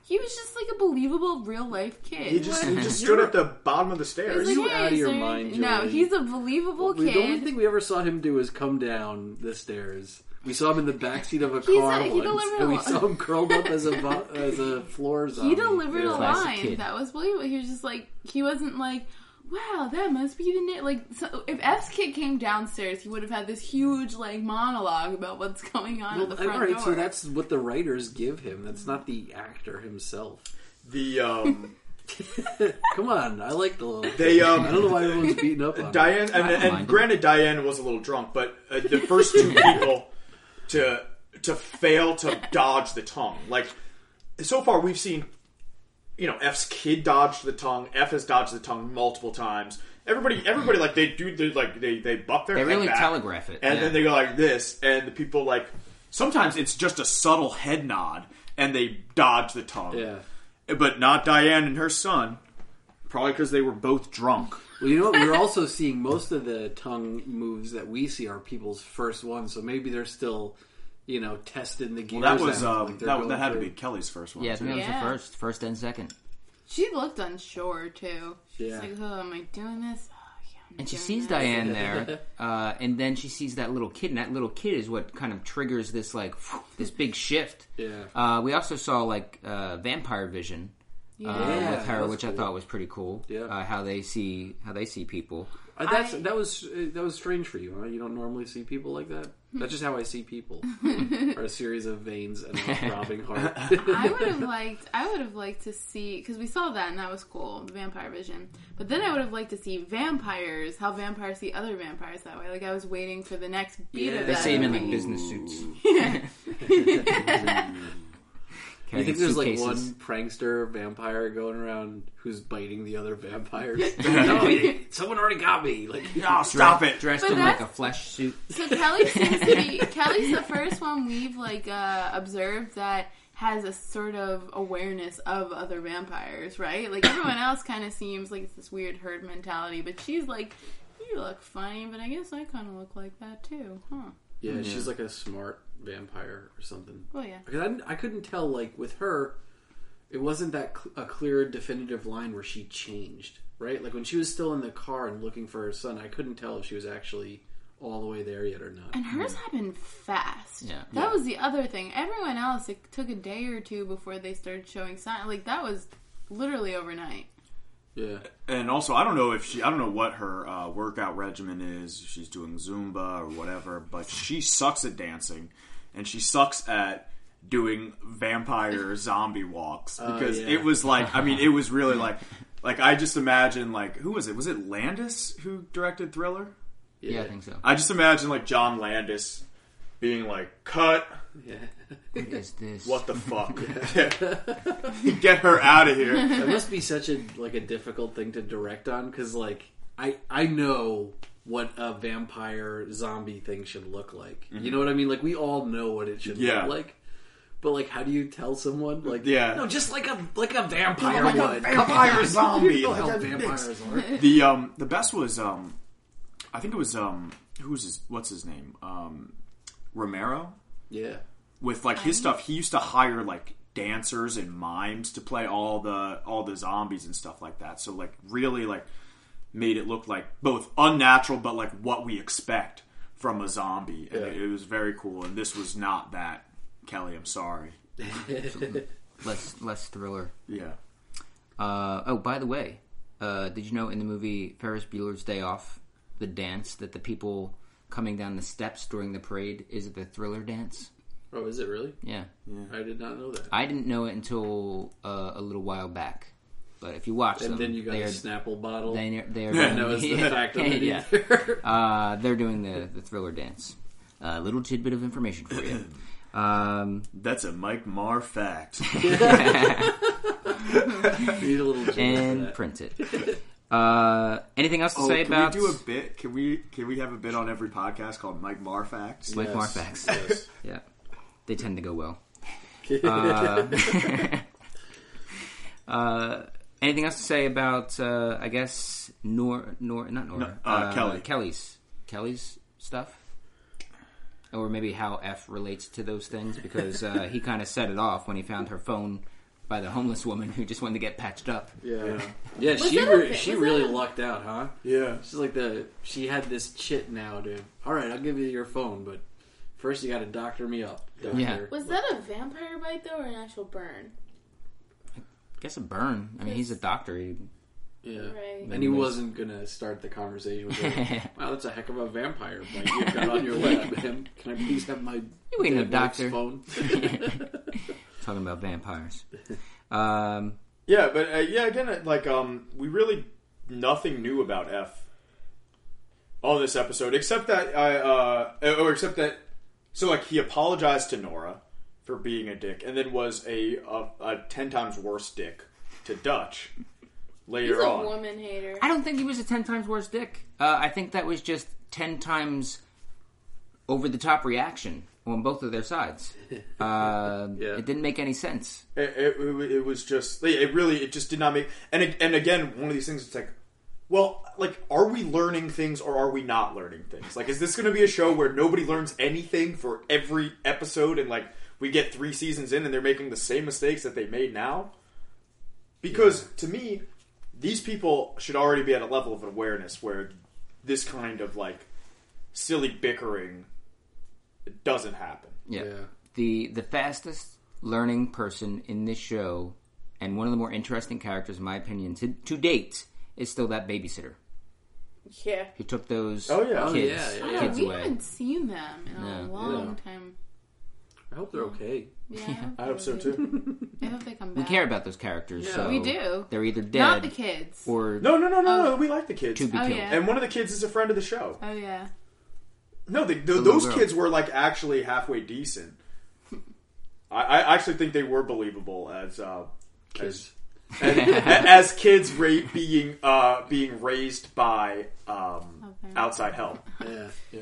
D: he
C: He was just like a believable real life kid.
D: He just he just stood at the bottom of the
C: He was
D: stairs.
E: you
C: like,
E: out of your
C: sir.
E: mind,
C: No,
E: Julie?
C: he's a believable
E: We- The only
C: Oh, kid.
E: thing we ever saw him do was come down the stairs. We saw him in the backseat of a
C: He's
E: car
C: a- he
E: once,
C: delivered
E: and
C: a
E: we
C: lot.
E: saw him curled up as a vo- as a floor zombie.
C: He delivered a
A: Classic
C: line
A: kid.
C: that was believable. He was just like he wasn't like, wow, that must be the knit. Like so if F's kid came downstairs, he would have had this huge like monologue about what's going on at the front
E: all right,
C: door.
E: so that's what the writers give him. That's not the actor himself.
D: The um
E: Come on, I like the little.
D: they
E: I
D: um
E: don't know why everyone's beating up on. him.
D: Diane and,
A: don't mind him.
D: and granted Diane was a little drunk, but uh, the first two people to to fail to dodge the tongue. Like so far we've seen you know F's kid dodged the tongue. F has dodged the tongue multiple times. Everybody, everybody, like they do, they like they they buck their
A: They
D: head
A: really
D: back.
A: telegraph it.
D: and
A: yeah.
D: then they go like this, and the people like sometimes it's just a subtle head nod, and they dodge the tongue.
E: Yeah.
D: but not Diane and her son. Probably because they were both drunk.
E: Well, you know what? We're also seeing most of the tongue moves that we see are people's first ones, so maybe they're still, you know, testing the gears.
D: Well, that was
E: out,
D: um,
E: like they're
D: that,
E: going
D: that had to
E: through.
D: be Kelly's first one.
A: Yeah, I
D: too.
A: think that was
C: Yeah.
A: the first, first and second.
C: She looked unsure too. She's
E: Yeah.
C: like, "Oh, am I doing this?" Oh, yeah, I'm
A: And she
C: doing
A: sees
C: this."
A: Diane there, uh, and then she sees that little kid, and that little kid is what kind of triggers this like this big shift.
E: Yeah.
A: Uh, we also saw like uh, vampire vision uh,
C: Yeah.
A: with her,
E: that's
A: which I
E: cool.
A: thought was pretty cool.
E: Yeah.
A: Uh, how they see how they see people.
E: Uh, that's
C: I-
E: that was uh, that was strange for you. Huh? You don't normally see people like that. That's just how I see people: are a series of veins and a throbbing heart.
C: I would have liked. I would have liked to see because we saw that and that was cool, the vampire vision. But then I would have liked to see vampires, how vampires see other vampires that way. Like I was waiting for the next beat
E: Yeah.
C: of
A: They
C: that.
A: see him in
C: Like,
A: like business suits.
E: you
A: Carrying
E: think there's like
A: suitcases.
E: one prankster vampire going around who's biting the other vampires? no, you- someone already got me. Like,
D: No, Ah, stop it.
A: dressed
C: But
A: in like a
C: that's-
A: flesh suit?
C: So Kelly seems to be Kelly's the first one we've like uh, observed that has a sort of awareness of other vampires, right? Like everyone else kind of seems like it's this weird herd mentality, but she's like, "You look funny, but I guess I kind of look like that too, huh?"
E: yeah, she's like a smart vampire or something.
C: Oh yeah,
E: Because I, didn't- I couldn't tell, like, with her, it wasn't that cl- a clear, definitive line where she changed, right? Like, when she was still in the car and looking for her son, I couldn't tell if she was actually all the way there yet or not.
C: and hers happened fast.
A: Yeah.
C: that was the other thing. Everyone else it took a day or two before they started showing signs. Like that was literally overnight.
E: Yeah.
D: And also, I don't know if she, I don't know what her uh, workout regimen is. If she's doing Zumba or whatever, but she sucks at dancing, and she sucks at doing vampire zombie walks because
E: yeah.
D: it was like, I mean, it was really like, like I just imagine like who was it? Was it Landis who directed Thriller?
E: Yeah.
A: Yeah, I think so.
D: I just imagine like John Landis being like, cut.
E: Yeah.
A: What is this?
D: What the fuck? Get her out of here.
E: That must be such a, like, a difficult thing to direct on, because, like, I, I know what a vampire zombie thing should look like. You know what I mean? Like, we all know what it should
D: Mm-hmm. Yeah.
E: look like. But like, how do you tell someone? Like,
D: Yeah.
E: no, just like a like a vampire
D: Like a
E: would.
D: vampire zombie.
E: You know how
D: Like a-
E: vampires are.
D: the um the best was um I think it was um who's his what's his name um Romero
E: Yeah.
D: with like his stuff he used to hire like dancers and mimes to play all the all the zombies and stuff like that so like really like made it look like both unnatural but like what we expect from a zombie and
E: Yeah.
D: it, it was very cool and this was not that Kelly I'm sorry
A: Less less thriller.
D: yeah
A: Uh, oh, by the way, uh, did you know in the movie Ferris Bueller's Day Off, the dance that the people coming down the steps during the parade is the thriller dance?
E: Oh, is it really?
A: Yeah.
E: I did not know that.
A: I didn't know it until uh, a little while back. But if you watch
E: And
A: them,
E: then you got
A: they
E: a
A: are,
E: Snapple bottle.
A: they, are- they are
E: and that was the fact of it.
A: yeah.
E: either.
A: Uh, they're doing the, the thriller dance. uh, little tidbit of information for you. Um,
D: that's a Mike Marr fact
E: Need a little juice for
A: and
E: that.
A: print it. Uh, anything else to
D: Oh,
A: say
D: can
A: about
D: we do a bit? Can we can we have a bit on every podcast called Mike Marr facts?
A: Mike
E: Yes.
A: Marr facts?
E: Yes.
A: Yeah, they tend to go well. Uh, uh, anything else to say about? Uh, I guess Nor Nor not Nor
D: uh, Kelly.
A: Kelly's Kelly's stuff, or maybe how F relates to those things because uh, he kind of set it off when he found her phone by the homeless woman who just wanted to get patched up.
E: Yeah. Yeah, she
C: that a
E: re-
C: thing?
E: she
C: Was
E: really
C: that a-
E: lucked out, huh?
D: Yeah.
E: She's like the she had this chit now to all right, I'll give you your phone, but first you got to doctor me up. Doctor.
A: Yeah.
C: Was that a vampire bite though, or an actual burn?
A: I guess a burn. I mean, he's a doctor. He,
E: Yeah.
C: Right.
E: And he wasn't gonna start the conversation with her. wow, that's a heck of a vampire bite you've got on your lap, ma'am. Can I please have my
A: you ain't no
E: dead wife's
A: doctor.
E: phone?
A: Talking about vampires. Um,
G: Yeah, but uh, yeah, again, it- like um, we really nothing new about F on this episode, except that I uh, or except that so like he apologized to Nora for being a dick, and then was a a, a ten times worse dick to Dutch later
C: He's a
G: on.
C: woman hater.
A: I don't think he was a ten times worse dick. Uh, I think that was just ten times over the top reaction on both of their sides. Uh,
E: Yeah.
A: It didn't make any sense.
D: It, it, it wa- it was just like, it really it just did not make and ag- and again one of these things it's like well like are we learning things or are we not learning things like is this going to be a show where nobody learns anything for every episode and like we get three seasons in and they're making the same mistakes that they made now because to me these people should already be at a level of awareness where this kind of like silly bickering doesn't happen
E: Yeah.
A: Yeah. The the fastest learning person in this show and one of the more interesting characters in my opinion to, to date is still that babysitter
C: Yeah.
A: who took those
D: Oh, yeah. Oh,
A: kids,
E: yeah,
C: Yeah,
A: kids
C: we
A: away.
C: haven't seen them in
A: Yeah.
C: a long time.
E: I hope they're okay.
C: Yeah,
D: i hope so
C: they-
D: too
C: I hope they come back.
A: We care about those characters.
E: Yeah.
A: so
C: We do.
A: They're either dead
C: Not the kids.
A: or
D: no no no no no we like the kids
A: to be
C: Oh,
A: killed.
C: yeah.
D: And one of the kids is a friend of the show.
C: Oh yeah.
D: No, they, th-
A: little
D: those
A: girl.
D: kids were like actually halfway decent. I, I actually think they were believable as uh,
E: Kids.
D: as, as kids ra- being uh, being raised by um,
C: Okay.
D: outside help.
E: Yeah. yeah.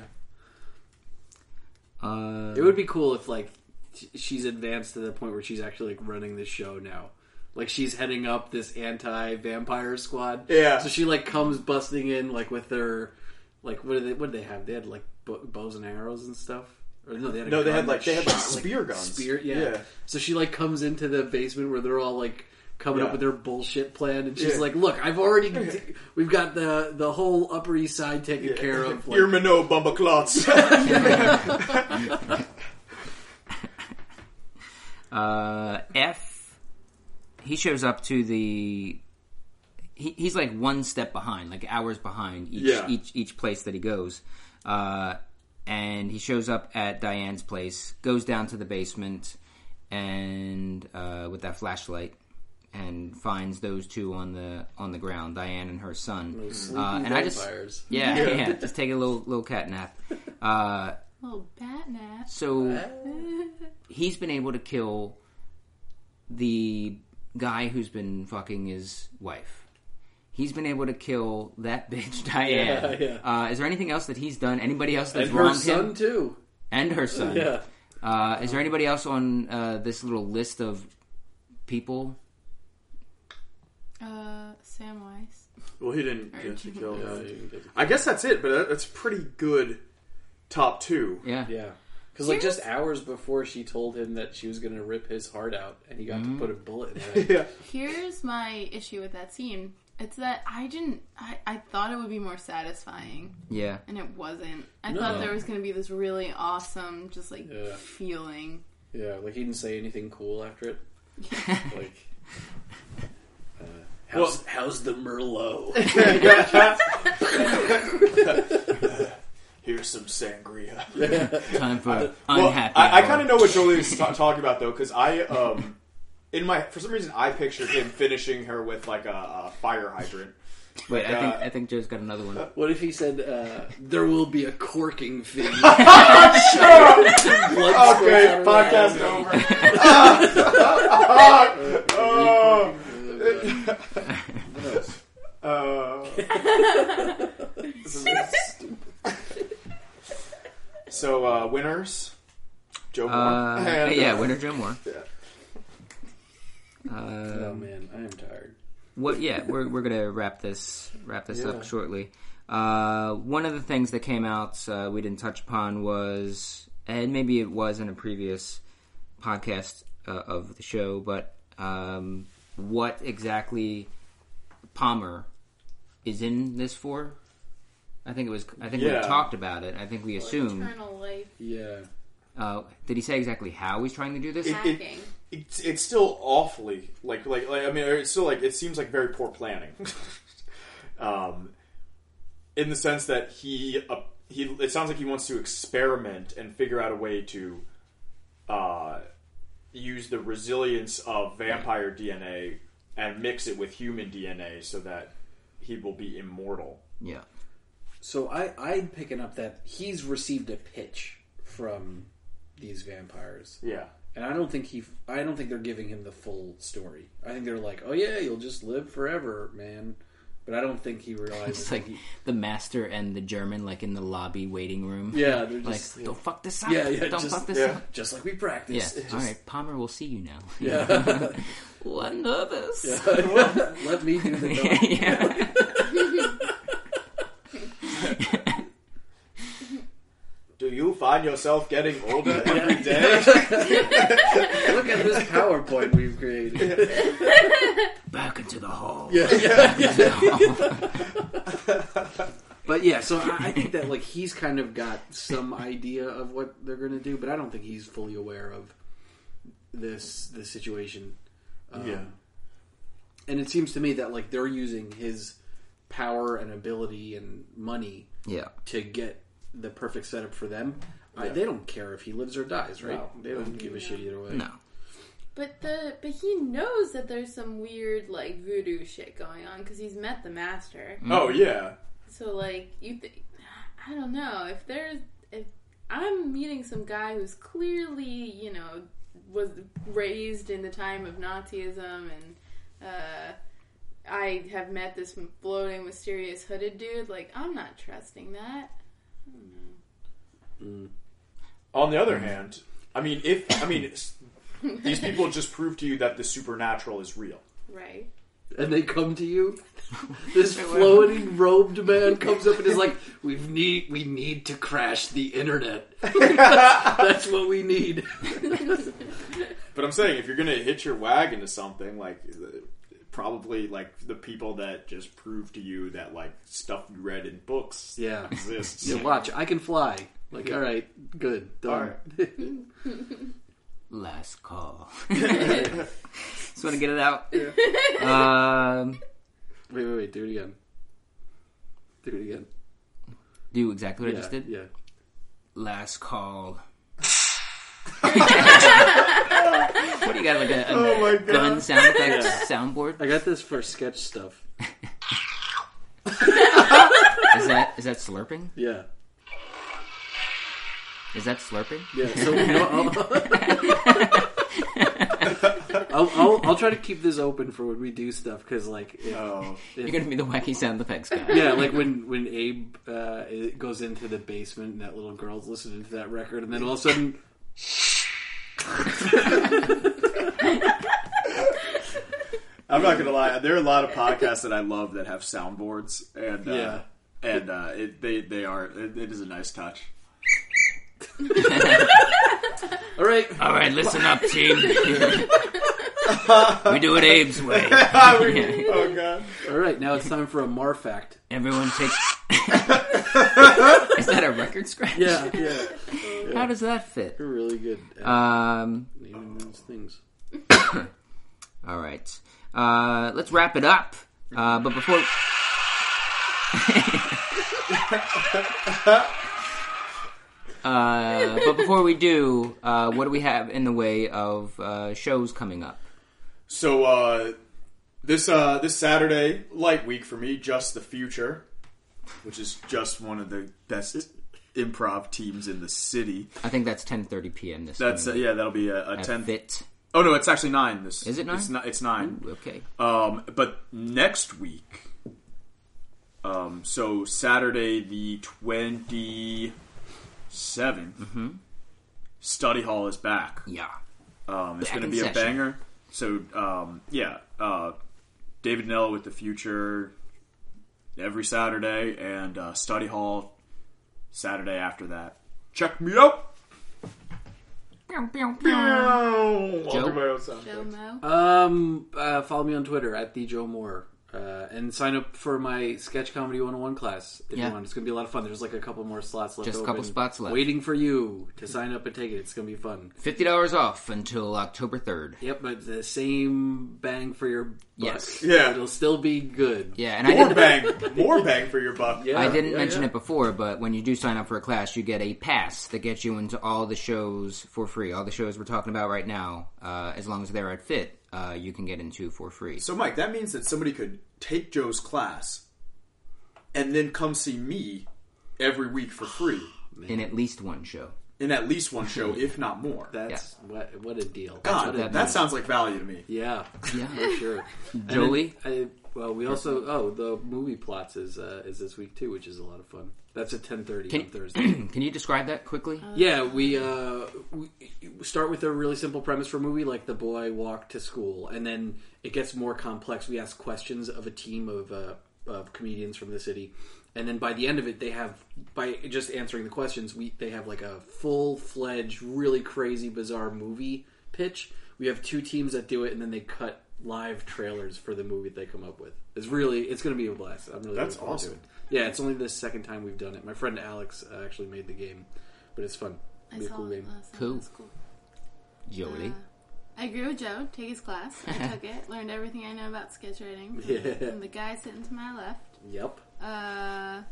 A: Uh,
E: It would be cool if like sh- she's advanced to the point where she's actually like running the show now. Like she's heading up this anti-vampire squad.
D: Yeah.
E: So she like comes busting in like with her like what did they what did they have? They had like bo- bows and arrows and stuff. Or no, they had a
D: No, they
E: gun
D: had, like-
E: that
D: they had, like,
E: shot,
D: spear guns.
E: Spear, yeah.
D: Yeah.
E: So she like comes into the basement where they're all like coming
D: Yeah.
E: up with their bullshit plan, and she's
D: Yeah.
E: like, "Look, I've already we've got the the whole Upper East Side taken care of." Like,
D: Ear me no, bumba clots. yeah,
A: uh, F, he shows up to the. He, he's like one step behind, like hours behind each
D: Yeah.
A: each each place that he goes, uh, and he shows up at Diane's place, goes down to the basement, and uh, with that flashlight, and finds those two on the on the ground, Diane and her son. Uh, and I just
E: vampires.
A: yeah, yeah just take a little little cat nap. Uh,
C: Little bat nap.
A: so he's been able to kill the guy who's been fucking his wife. He's been able to kill that bitch Diane.
E: Yeah,
A: Uh, is there anything else that he's done? Anybody else that's
E: and her
A: wronged
E: son
A: him?
E: too.
A: And her son.
E: Yeah.
A: Uh, is there anybody else on uh, this little list of people?
C: Uh, Samwise.
D: well, he didn't get to kill.
E: Yeah,
D: her. I guess that's it, but that- that's pretty good top two.
A: Yeah.
E: yeah. Because like just hours before, she told him that she was going to rip his heart out, and he got to put a bullet in it.
D: Yeah,
C: Here's my issue with that scene. It's that I didn't. I, I thought it would be more satisfying,
A: Yeah.
C: and it wasn't. I
E: No.
C: thought there was going to be this really awesome, just like
E: Yeah.
C: feeling.
E: yeah, like he didn't say anything cool after it. like, uh,
D: how's-
E: how's the Merlot?
D: here's some sangria.
A: Time for
D: Well,
A: unhappy.
D: I, I
A: hour.
D: kind of know what Jolie is ta- talking about though, because I um, in my for some reason I pictured him finishing her with like a, a fire hydrant.
A: Wait, I think
D: uh,
A: I think Joe's got another one.
E: What if he said, uh, "There will be a corking fee"?
D: Okay,
E: okay,
D: podcast over. oh, uh, this is stupid. So uh, winners, Joe Moore.
A: Uh,
D: And,
A: yeah,
D: uh,
A: Winter Joe Moore.
E: Oh man, I am tired.
A: What? Yeah, we're we're gonna wrap this wrap this
D: Yeah.
A: up shortly. Uh, one of the things that came out uh, we didn't touch upon was, and maybe it was in a previous podcast uh, of the show, but um, what exactly Palmer is in this for? I think it was. I think
D: Yeah.
A: we talked about it. I think we assumed.
C: Eternal life
E: Yeah,
A: Uh, did he say exactly how he's trying to do this?
D: It- it-
C: hacking.
D: it's, it's still awfully like, like like I mean it's still like it seems like very poor planning. um, in the sense that he uh, he it sounds like he wants to experiment and figure out a way to uh, use the resilience of vampire DNA and mix it with human DNA so that he will be immortal.
A: yeah.
E: So I I'm picking up that he's received a pitch from these vampires,
D: Yeah.
E: and I don't think he I don't think they're giving him the full story. I think they're like, oh yeah, you'll just live forever, man. but I don't think he realizes.
A: It's like
E: that he-
A: the master and the German, like in the lobby waiting room.
E: yeah, they're
A: Like,
E: just
A: don't fuck this up.
E: yeah, yeah,
A: don't
E: just,
A: fuck this
E: yeah,
A: up.
E: just like we
A: Yeah.
E: practice. It
A: All
E: just-
A: right, Palmer, we'll see you now.
E: Yeah.
A: Ooh, I'm nervous.
E: well, let me do the
A: Yeah,
E: dog.
A: yeah.
D: Do you find yourself getting older every day?
E: Look at this PowerPoint we've created.
A: Back into the hall.
E: Yeah, But yeah, so I, I think that like he's kind of got some idea of what they're going to do, but I don't think he's fully aware of this this situation. Um,
F: Yeah.
E: and it seems to me that like they're using his power and ability and money
A: Yeah.
E: to get the perfect setup for them. I, they don't care if he lives or dies, right?
D: No.
E: They don't give a shit either way.
A: No.
C: But the but he knows that there's some weird like voodoo shit going on because he's met the master.
D: oh yeah,
C: So like you, th- I don't know if there's if I'm meeting some guy who's clearly you know was raised in the time of Nazism and uh, I have met this floating mysterious hooded dude. Like I'm not trusting that.
D: On the other hand, I mean, if I mean, it's- these people just prove to you that the supernatural is real.
C: Right.
E: And they come to you. This floating robed man comes up and is like, "We need, we need to crash the internet. That's what we need."
D: But I'm saying, if you're gonna hitch your wagon to something, like uh, probably like the people that just prove to you that like stuff you read in books
E: Yeah.
D: exists.
E: Yeah, watch, I can fly. Like, all right, good, done.
A: Last call. Just want to get it out. Um,
E: wait, wait, wait, do it again. Do it again.
A: do exactly what
E: yeah,
A: I just did.
E: Yeah.
A: Last call. what do you got? Like a, a
D: Oh my God.
A: gun sound effect soundboard?
E: I got this for sketch stuff.
A: Is that is that slurping?
E: Yeah.
A: Is that slurping?
E: Yeah, so you know, I'll, I'll, I'll, I'll try to keep this open for when we do stuff because, like, if-
D: Oh,
E: if-
A: You're gonna be the wacky sound effects guy.
E: yeah, like when when Abe uh, it goes into the basement and that little girl's listening to that record, and then all of a sudden,
F: I'm not gonna lie. There are a lot of podcasts that I love that have soundboards, and uh,
E: Yeah.
F: and uh, it, they they are. It, it is a nice touch.
E: all right,
A: All right, listen up, team. we do it Abe's way.
D: oh god.
E: all right, now it's time for a Mar fact.
A: Everyone takes. is that a record scratch?
E: Yeah, yeah,
A: How does that fit?
E: you're really good at
A: Um.
E: naming those things.
A: All right. Uh, let's wrap it up. Uh, but before. uh, but before we do, uh, what do we have in the way of uh, shows coming up?
D: So uh, this uh, this Saturday, light week for me, just the future.
F: Which is just one of the best improv teams in the city.
A: I think that's 10:30 p.m. this.
F: That's uh,
A: evening.
F: yeah. That'll be a, a
A: At
F: ten.
A: Fit.
F: Oh no, it's actually nine. This
A: Is it nine?
F: It's, ni- it's nine.
A: Okay.
F: Um, but next week, um, so Saturday the twenty
A: Mm-hmm.
F: Study Hall is back.
A: Yeah.
F: Um, it's
A: Back
F: going to
A: in
F: be a
A: session.
F: banger. So um, yeah, uh, David Nell with the future every Saturday, and uh, Study Hall Saturday after that. Check me out.
D: I'll do my own sound
C: Joe
D: effects.
C: Mo.
E: Um, uh, follow me on Twitter at the Joe Moore. Uh, and sign up for my sketch comedy 101 class if
A: Yeah.
E: you want. It's gonna be a lot of fun. There's like a couple more slots left.
A: Just a
E: open,
A: couple spots left.
E: waiting for you to sign up and take it. It's gonna be fun.
A: Fifty dollars off until October 3rd.
E: Yep, but the same bang for your buck.
A: Yes.
D: Yeah.
E: it'll still be good.
A: Yeah, and I
D: More
A: didn't.
D: bang, more bang for your buck.
E: Yeah,
A: I didn't
E: yeah,
A: mention
E: yeah.
A: it before, but when you do sign up for a class, you get a pass that gets you into all the shows for free. All the shows we're talking about right now, uh, as long as they're at Fit, uh, you can get into for free.
D: So, Mike, that means that somebody could take Joe's class and then come see me every week for free
A: in at least one show.
D: in at least one show, if not more. That,
E: That's what what a deal.
D: God,
E: What a
D: that, sounds like value to me.
E: Yeah,
A: Yeah.
E: for sure. And
A: Jolie?
E: then, uh, Well, we also oh the movie plots is uh, is this week too, which is a lot of fun. That's at ten thirty on
A: Can-
E: Thursday.
A: Can you describe that quickly?
E: yeah, we, uh, we we start with a really simple premise for a movie, like the boy walked to school, and then it gets more complex. We ask questions of a team of uh, of comedians from the city, and then by the end of it, they have by just answering the questions, we they have like a full fledged, really crazy, bizarre movie pitch. We have two teams that do it, and then they cut live trailers for the movie that they come up with. It's really it's going to be a blast. I'm really
D: That's
E: looking forward to
D: awesome.
E: it. Yeah, it's only the second time we've done it. My friend Alex uh, actually made the game, but it's fun.
C: I
E: Be a
C: saw
E: cool
C: it
E: game.
C: last night.
A: Cool.
C: That's cool.
A: Jolie.
C: uh, I agree with Joe. Take his class. I took it. Learned everything I know about sketch writing from,
E: Yeah.
C: from the guy sitting to my left.
E: Yep.
C: Uh, I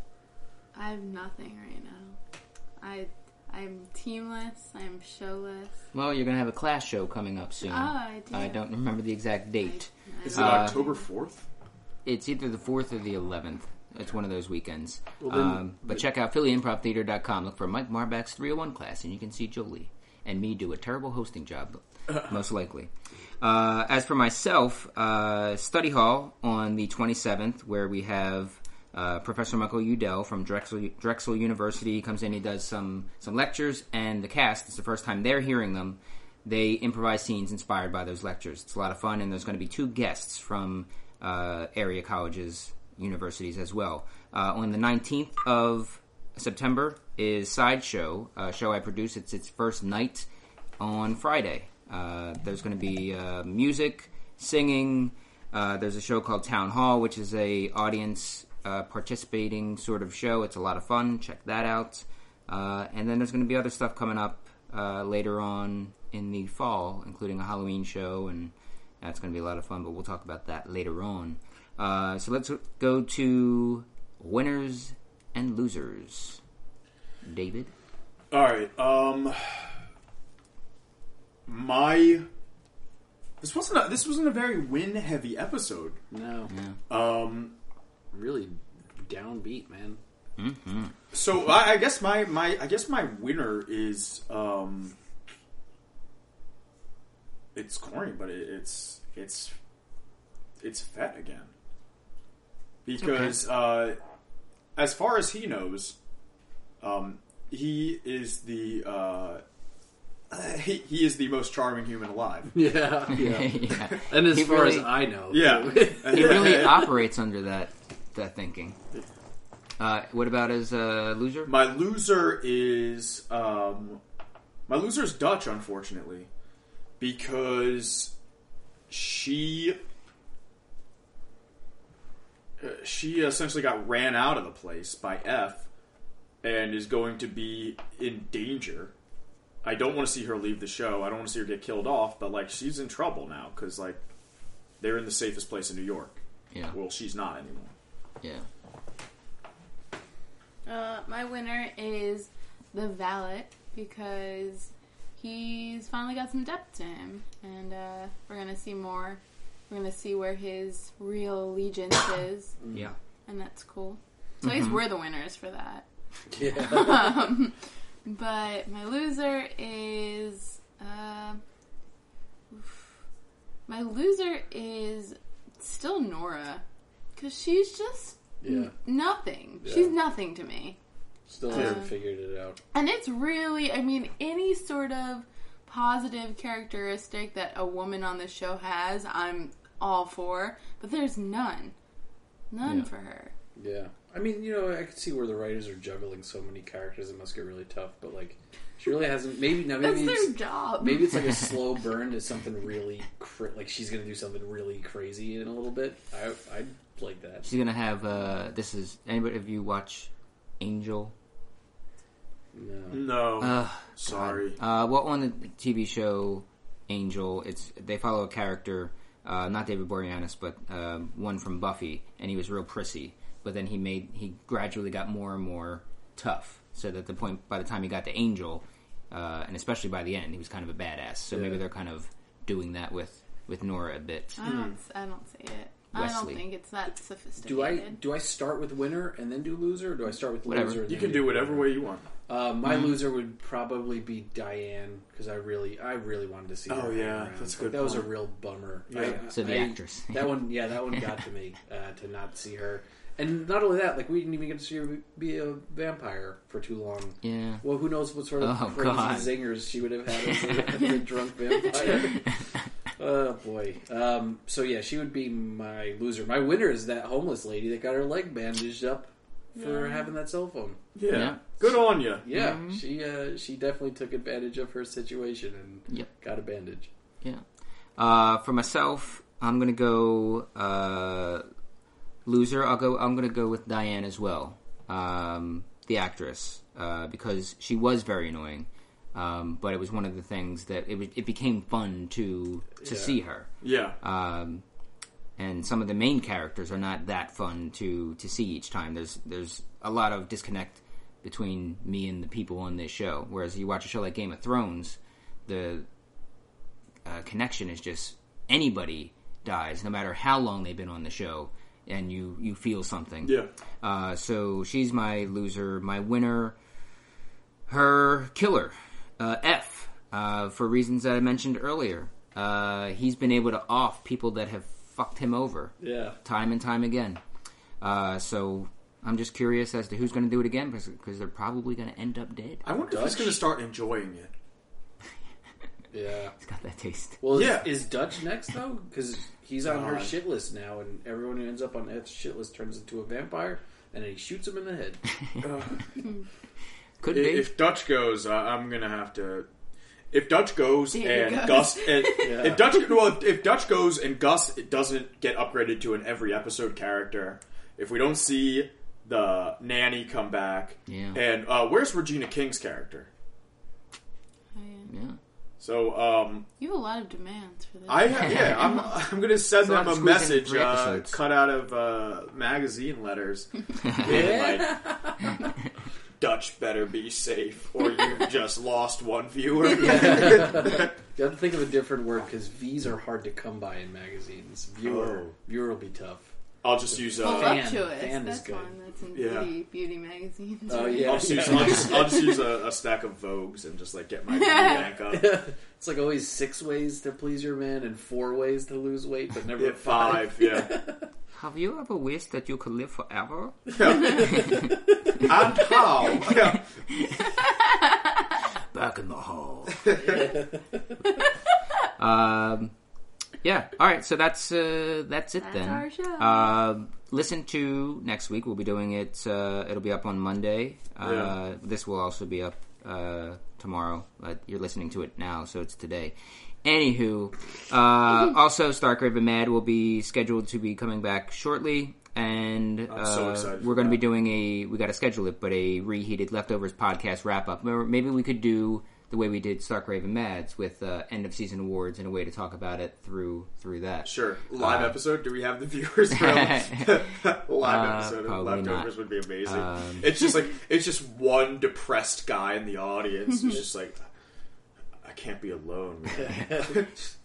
C: have nothing right now. I I'm teamless. I'm showless.
A: well, you're gonna have a class show coming up soon.
C: Oh, I do.
A: I don't remember the exact
C: I-
A: date.
C: I
D: Is it
C: don't-
D: October fourth?
A: It's either the 4th or the 11th. It's one of those weekends.
E: Well, then-
A: um, but check out phillyimprovtheater.com. Look for Mike Marbach's 301 class, and you can see Jolie and me do a terrible hosting job, most likely. Uh, as for myself, uh, study hall on the 27th, where we have uh, Professor Michael Udell from Drexel, Drexel University. He comes in, he does some, some lectures, and the cast, it's the first time they're hearing them. They improvise scenes inspired by those lectures. It's a lot of fun, and there's going to be two guests from uh, area colleges, universities as well. Uh, on the 19th of September is Sideshow, a show I produce. It's its first night on Friday. Uh, there's going to be uh, music, singing. Uh, there's a show called Town Hall, which is a audience uh, participating sort of show. It's a lot of fun. Check that out. Uh, and then there's going to be other stuff coming up uh, later on in the fall, including a Halloween show, and that's going to be a lot of fun. But we'll talk about that later on. Uh, so let's go to winners and losers. David,
D: All right. Um, my this wasn't a, this wasn't a very win heavy episode.
E: No.
D: Um,
E: Really downbeat, man.
D: so I, I guess my my I guess my winner is um, it's corny, but it, it's it's it's Fett again because uh, as far as he knows, um, he is the uh, he, he is the most charming human alive.
E: Yeah. Yeah.
A: yeah.
E: and as
A: He
E: far
A: really-
E: as I know.
D: Yeah,
E: too.
A: he really operates under that that thinking. Uh, what about as a loser?
D: My loser is um, my loser is Dutch, unfortunately, because she uh, she essentially got ran out of the place by F and is going to be in danger. I don't want to see her leave the show. I don't want to see her get killed off, but like she's in trouble now because like they're in the safest place in New York.
A: Yeah,
D: Well, she's not anymore.
A: yeah.
C: Uh, my winner is the valet because he's finally got some depth to him, and uh, we're gonna see more. We're gonna see where his real allegiance is,
A: Yeah.
C: and that's cool. So I guess we're the winners for that.
E: yeah.
C: um, but my loser is uh, oof. my loser is still Nora because she's just
E: Yeah.
C: nothing.
E: Yeah.
C: She's nothing to me.
E: Still hasn't figured it out.
C: And it's really, I mean, any sort of positive characteristic that a woman on this show has, I'm all for. But there's none. None
E: Yeah.
C: for her.
E: Yeah. I mean, you know, I could see where the writers are juggling so many characters. It must get really tough. But like, she really hasn't. Maybe now.
C: That's
E: Maybe
C: their
E: it's,
C: job.
E: maybe it's like a slow burn to something really cra like she's gonna do something really crazy in a little bit. I I like that.
A: She's gonna have. Uh, this is anybody of you watch Angel?
E: No.
D: No,
A: Uh,
D: sorry.
A: Uh, well, on the TV show Angel, it's they follow a character, uh, not David Boreanaz, but um, one from Buffy, and he was real prissy. But then he made he gradually got more and more tough, so that the point by the time he got to Angel, uh, and especially by the end, he was kind of a badass. So maybe
E: Yeah.
C: Uh,
A: they're kind of doing that with with Nora a bit.
C: Ah, I don't, I don't see it. I don't
A: Wesley.
C: think it's that sophisticated. Oh,
E: Do I do I start with winner and then do loser, or do I start with
A: Whatever. Mm-hmm.
E: loser? and
D: You
E: then
D: can do whatever way you want.
E: Uh, my loser would probably be Diane because I really, I really wanted to see. her
D: Oh,
E: hang
D: yeah,
E: around.
D: that's a
E: Like,
D: good
E: That was a
D: point.
E: real bummer.
D: Yeah.
E: I-
A: So the
E: I-
A: actress.
E: that one, yeah, that one got to me uh, to not see her. And not only that, like we didn't even get to see her be a vampire for too long.
A: Yeah.
E: Well, who knows what sort of
A: Oh,
E: crazy
A: God.
E: zingers she would have had as a, as a drunk vampire. oh boy. Um, so yeah, she would be my loser. My winner is that homeless lady that got her leg bandaged up for
C: Yeah.
E: having that cell phone.
D: Yeah.
A: Yeah.
D: Good on you.
E: Yeah,
D: Mm-hmm.
E: she uh, she definitely took advantage of her situation and
A: Yep.
E: got a bandage.
A: Yeah. Uh, for myself, I'm gonna go uh, loser. I'll go. I'm gonna go with Diane as well, um, the actress, uh, because she was very annoying. Um, but it was one of the things that it, was- it became fun to to see her.
D: Yeah.
A: Um, and some of the main characters are not that fun to to see each time. There's there's a lot of disconnect between me and the people on this show. Whereas you watch a show like Game of Thrones, the uh, connection is just anybody dies, no matter how long they've been on the show, and you you feel something.
D: Yeah.
A: Uh, so she's my loser. My winner, her killer, uh, F, uh, for reasons that I mentioned earlier. Uh, he's been able to off people that have fucked him over
E: Yeah.
A: time and time again. Uh, so I'm just curious as to who's going to do it again because they're probably going to end up dead.
D: I wonder if he's
E: Dutch?
D: going to start enjoying it.
E: Yeah.
A: It's got that taste.
E: Well, is-
D: Yeah.
E: is, Dutch next though? Because he's on her
D: God.
E: shit list now, and everyone who ends up on F's shit list turns into a vampire, and then he shoots him in the head.
A: Could
D: I-
A: be.
D: If Dutch goes, uh, I'm gonna have to. If Dutch goes
C: There
D: and
C: he goes.
D: Gus, and, if Dutch well, if Dutch goes and Gus doesn't get upgraded to an every episode character, if we don't see the nanny come back,
A: Yeah.
D: and uh, where's Regina King's character?
C: Oh, yeah.
A: yeah.
D: So um,
C: You have a lot of demands for this.
D: I yeah, I'm I'm gonna send
A: So
D: them
A: I'm
D: a
A: squeezing
D: message
A: three
D: uh,
A: episodes.
D: cut out of uh, magazine letters. being like, Dutch better be safe, or you've just lost one viewer.
E: You have to think of a different word because V's are hard to come by in magazines. Viewer,
D: Oh.
E: viewer will be tough.
D: I'll just use uh,
C: voluptuous.
E: Fan is
C: that's
E: good.
C: one that's in
D: Yeah.
C: beauty, beauty magazines.
E: Oh
C: right?
E: yeah,
D: I'll just use, I'll just, I'll just use a, a stack of Vogues and just like get my bank up.
E: it's like always six ways to please your man and four ways to lose weight, but never
D: Hit five, yeah.
A: Have you ever wished that you could live forever?
D: And how? Yeah.
A: Back in the hall. um, yeah. All right. So that's uh, that's it
C: That's
A: then.
C: our show.
A: Um, listen to next week. We'll be doing it. Uh, it'll be up on Monday. Uh,
D: Yeah.
A: This will also be up uh, tomorrow. But you're listening to it now, so it's today. Anywho, uh, also Stark Raven Mad will be scheduled to be coming back shortly, and
D: I'm so
A: uh,
D: excited for
A: we're going to be
D: that.
A: doing a we got to schedule it, but a reheated leftovers podcast wrap up. Maybe we could do the way we did Stark Raven Mads with uh, end of season awards and a way to talk about it through through that. Uh,
D: Sure. Live episode? Do we have the viewers for a- live episode of
A: Uh, probably
D: Leftovers
A: not. Um,
D: would be amazing. it's just like it's just one depressed guy in the audience who's just like I can't be alone. man."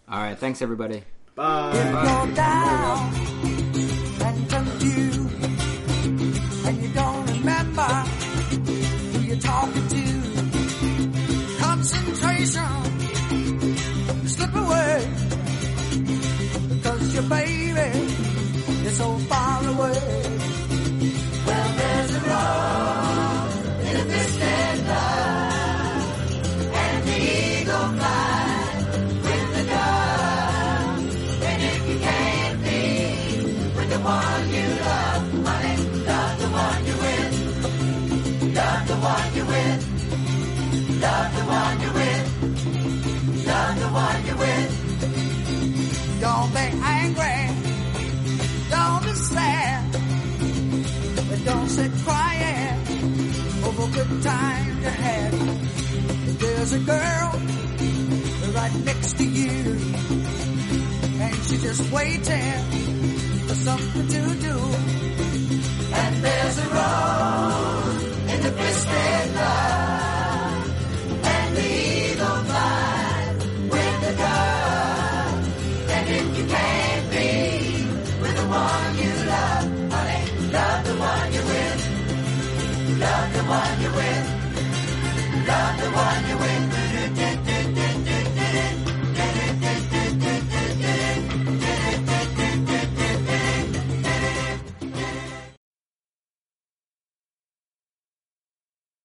A: All right, thanks everybody.
D: Bye.
H: You're down and confused, and you don't remember who you're talking to. Concentration slip away, because your baby is so far away. Well, there's a road in the distant land, and the eagle flies with the dove. And if you can't be with the one you love, honey, love the one you with. Love the one you with. Love the one you with. Love the one you with. Don't be angry. Don't be sad. And don't sit crying over good times you had. There's a girl right next to you and she's just waiting for something to do. And there's a road.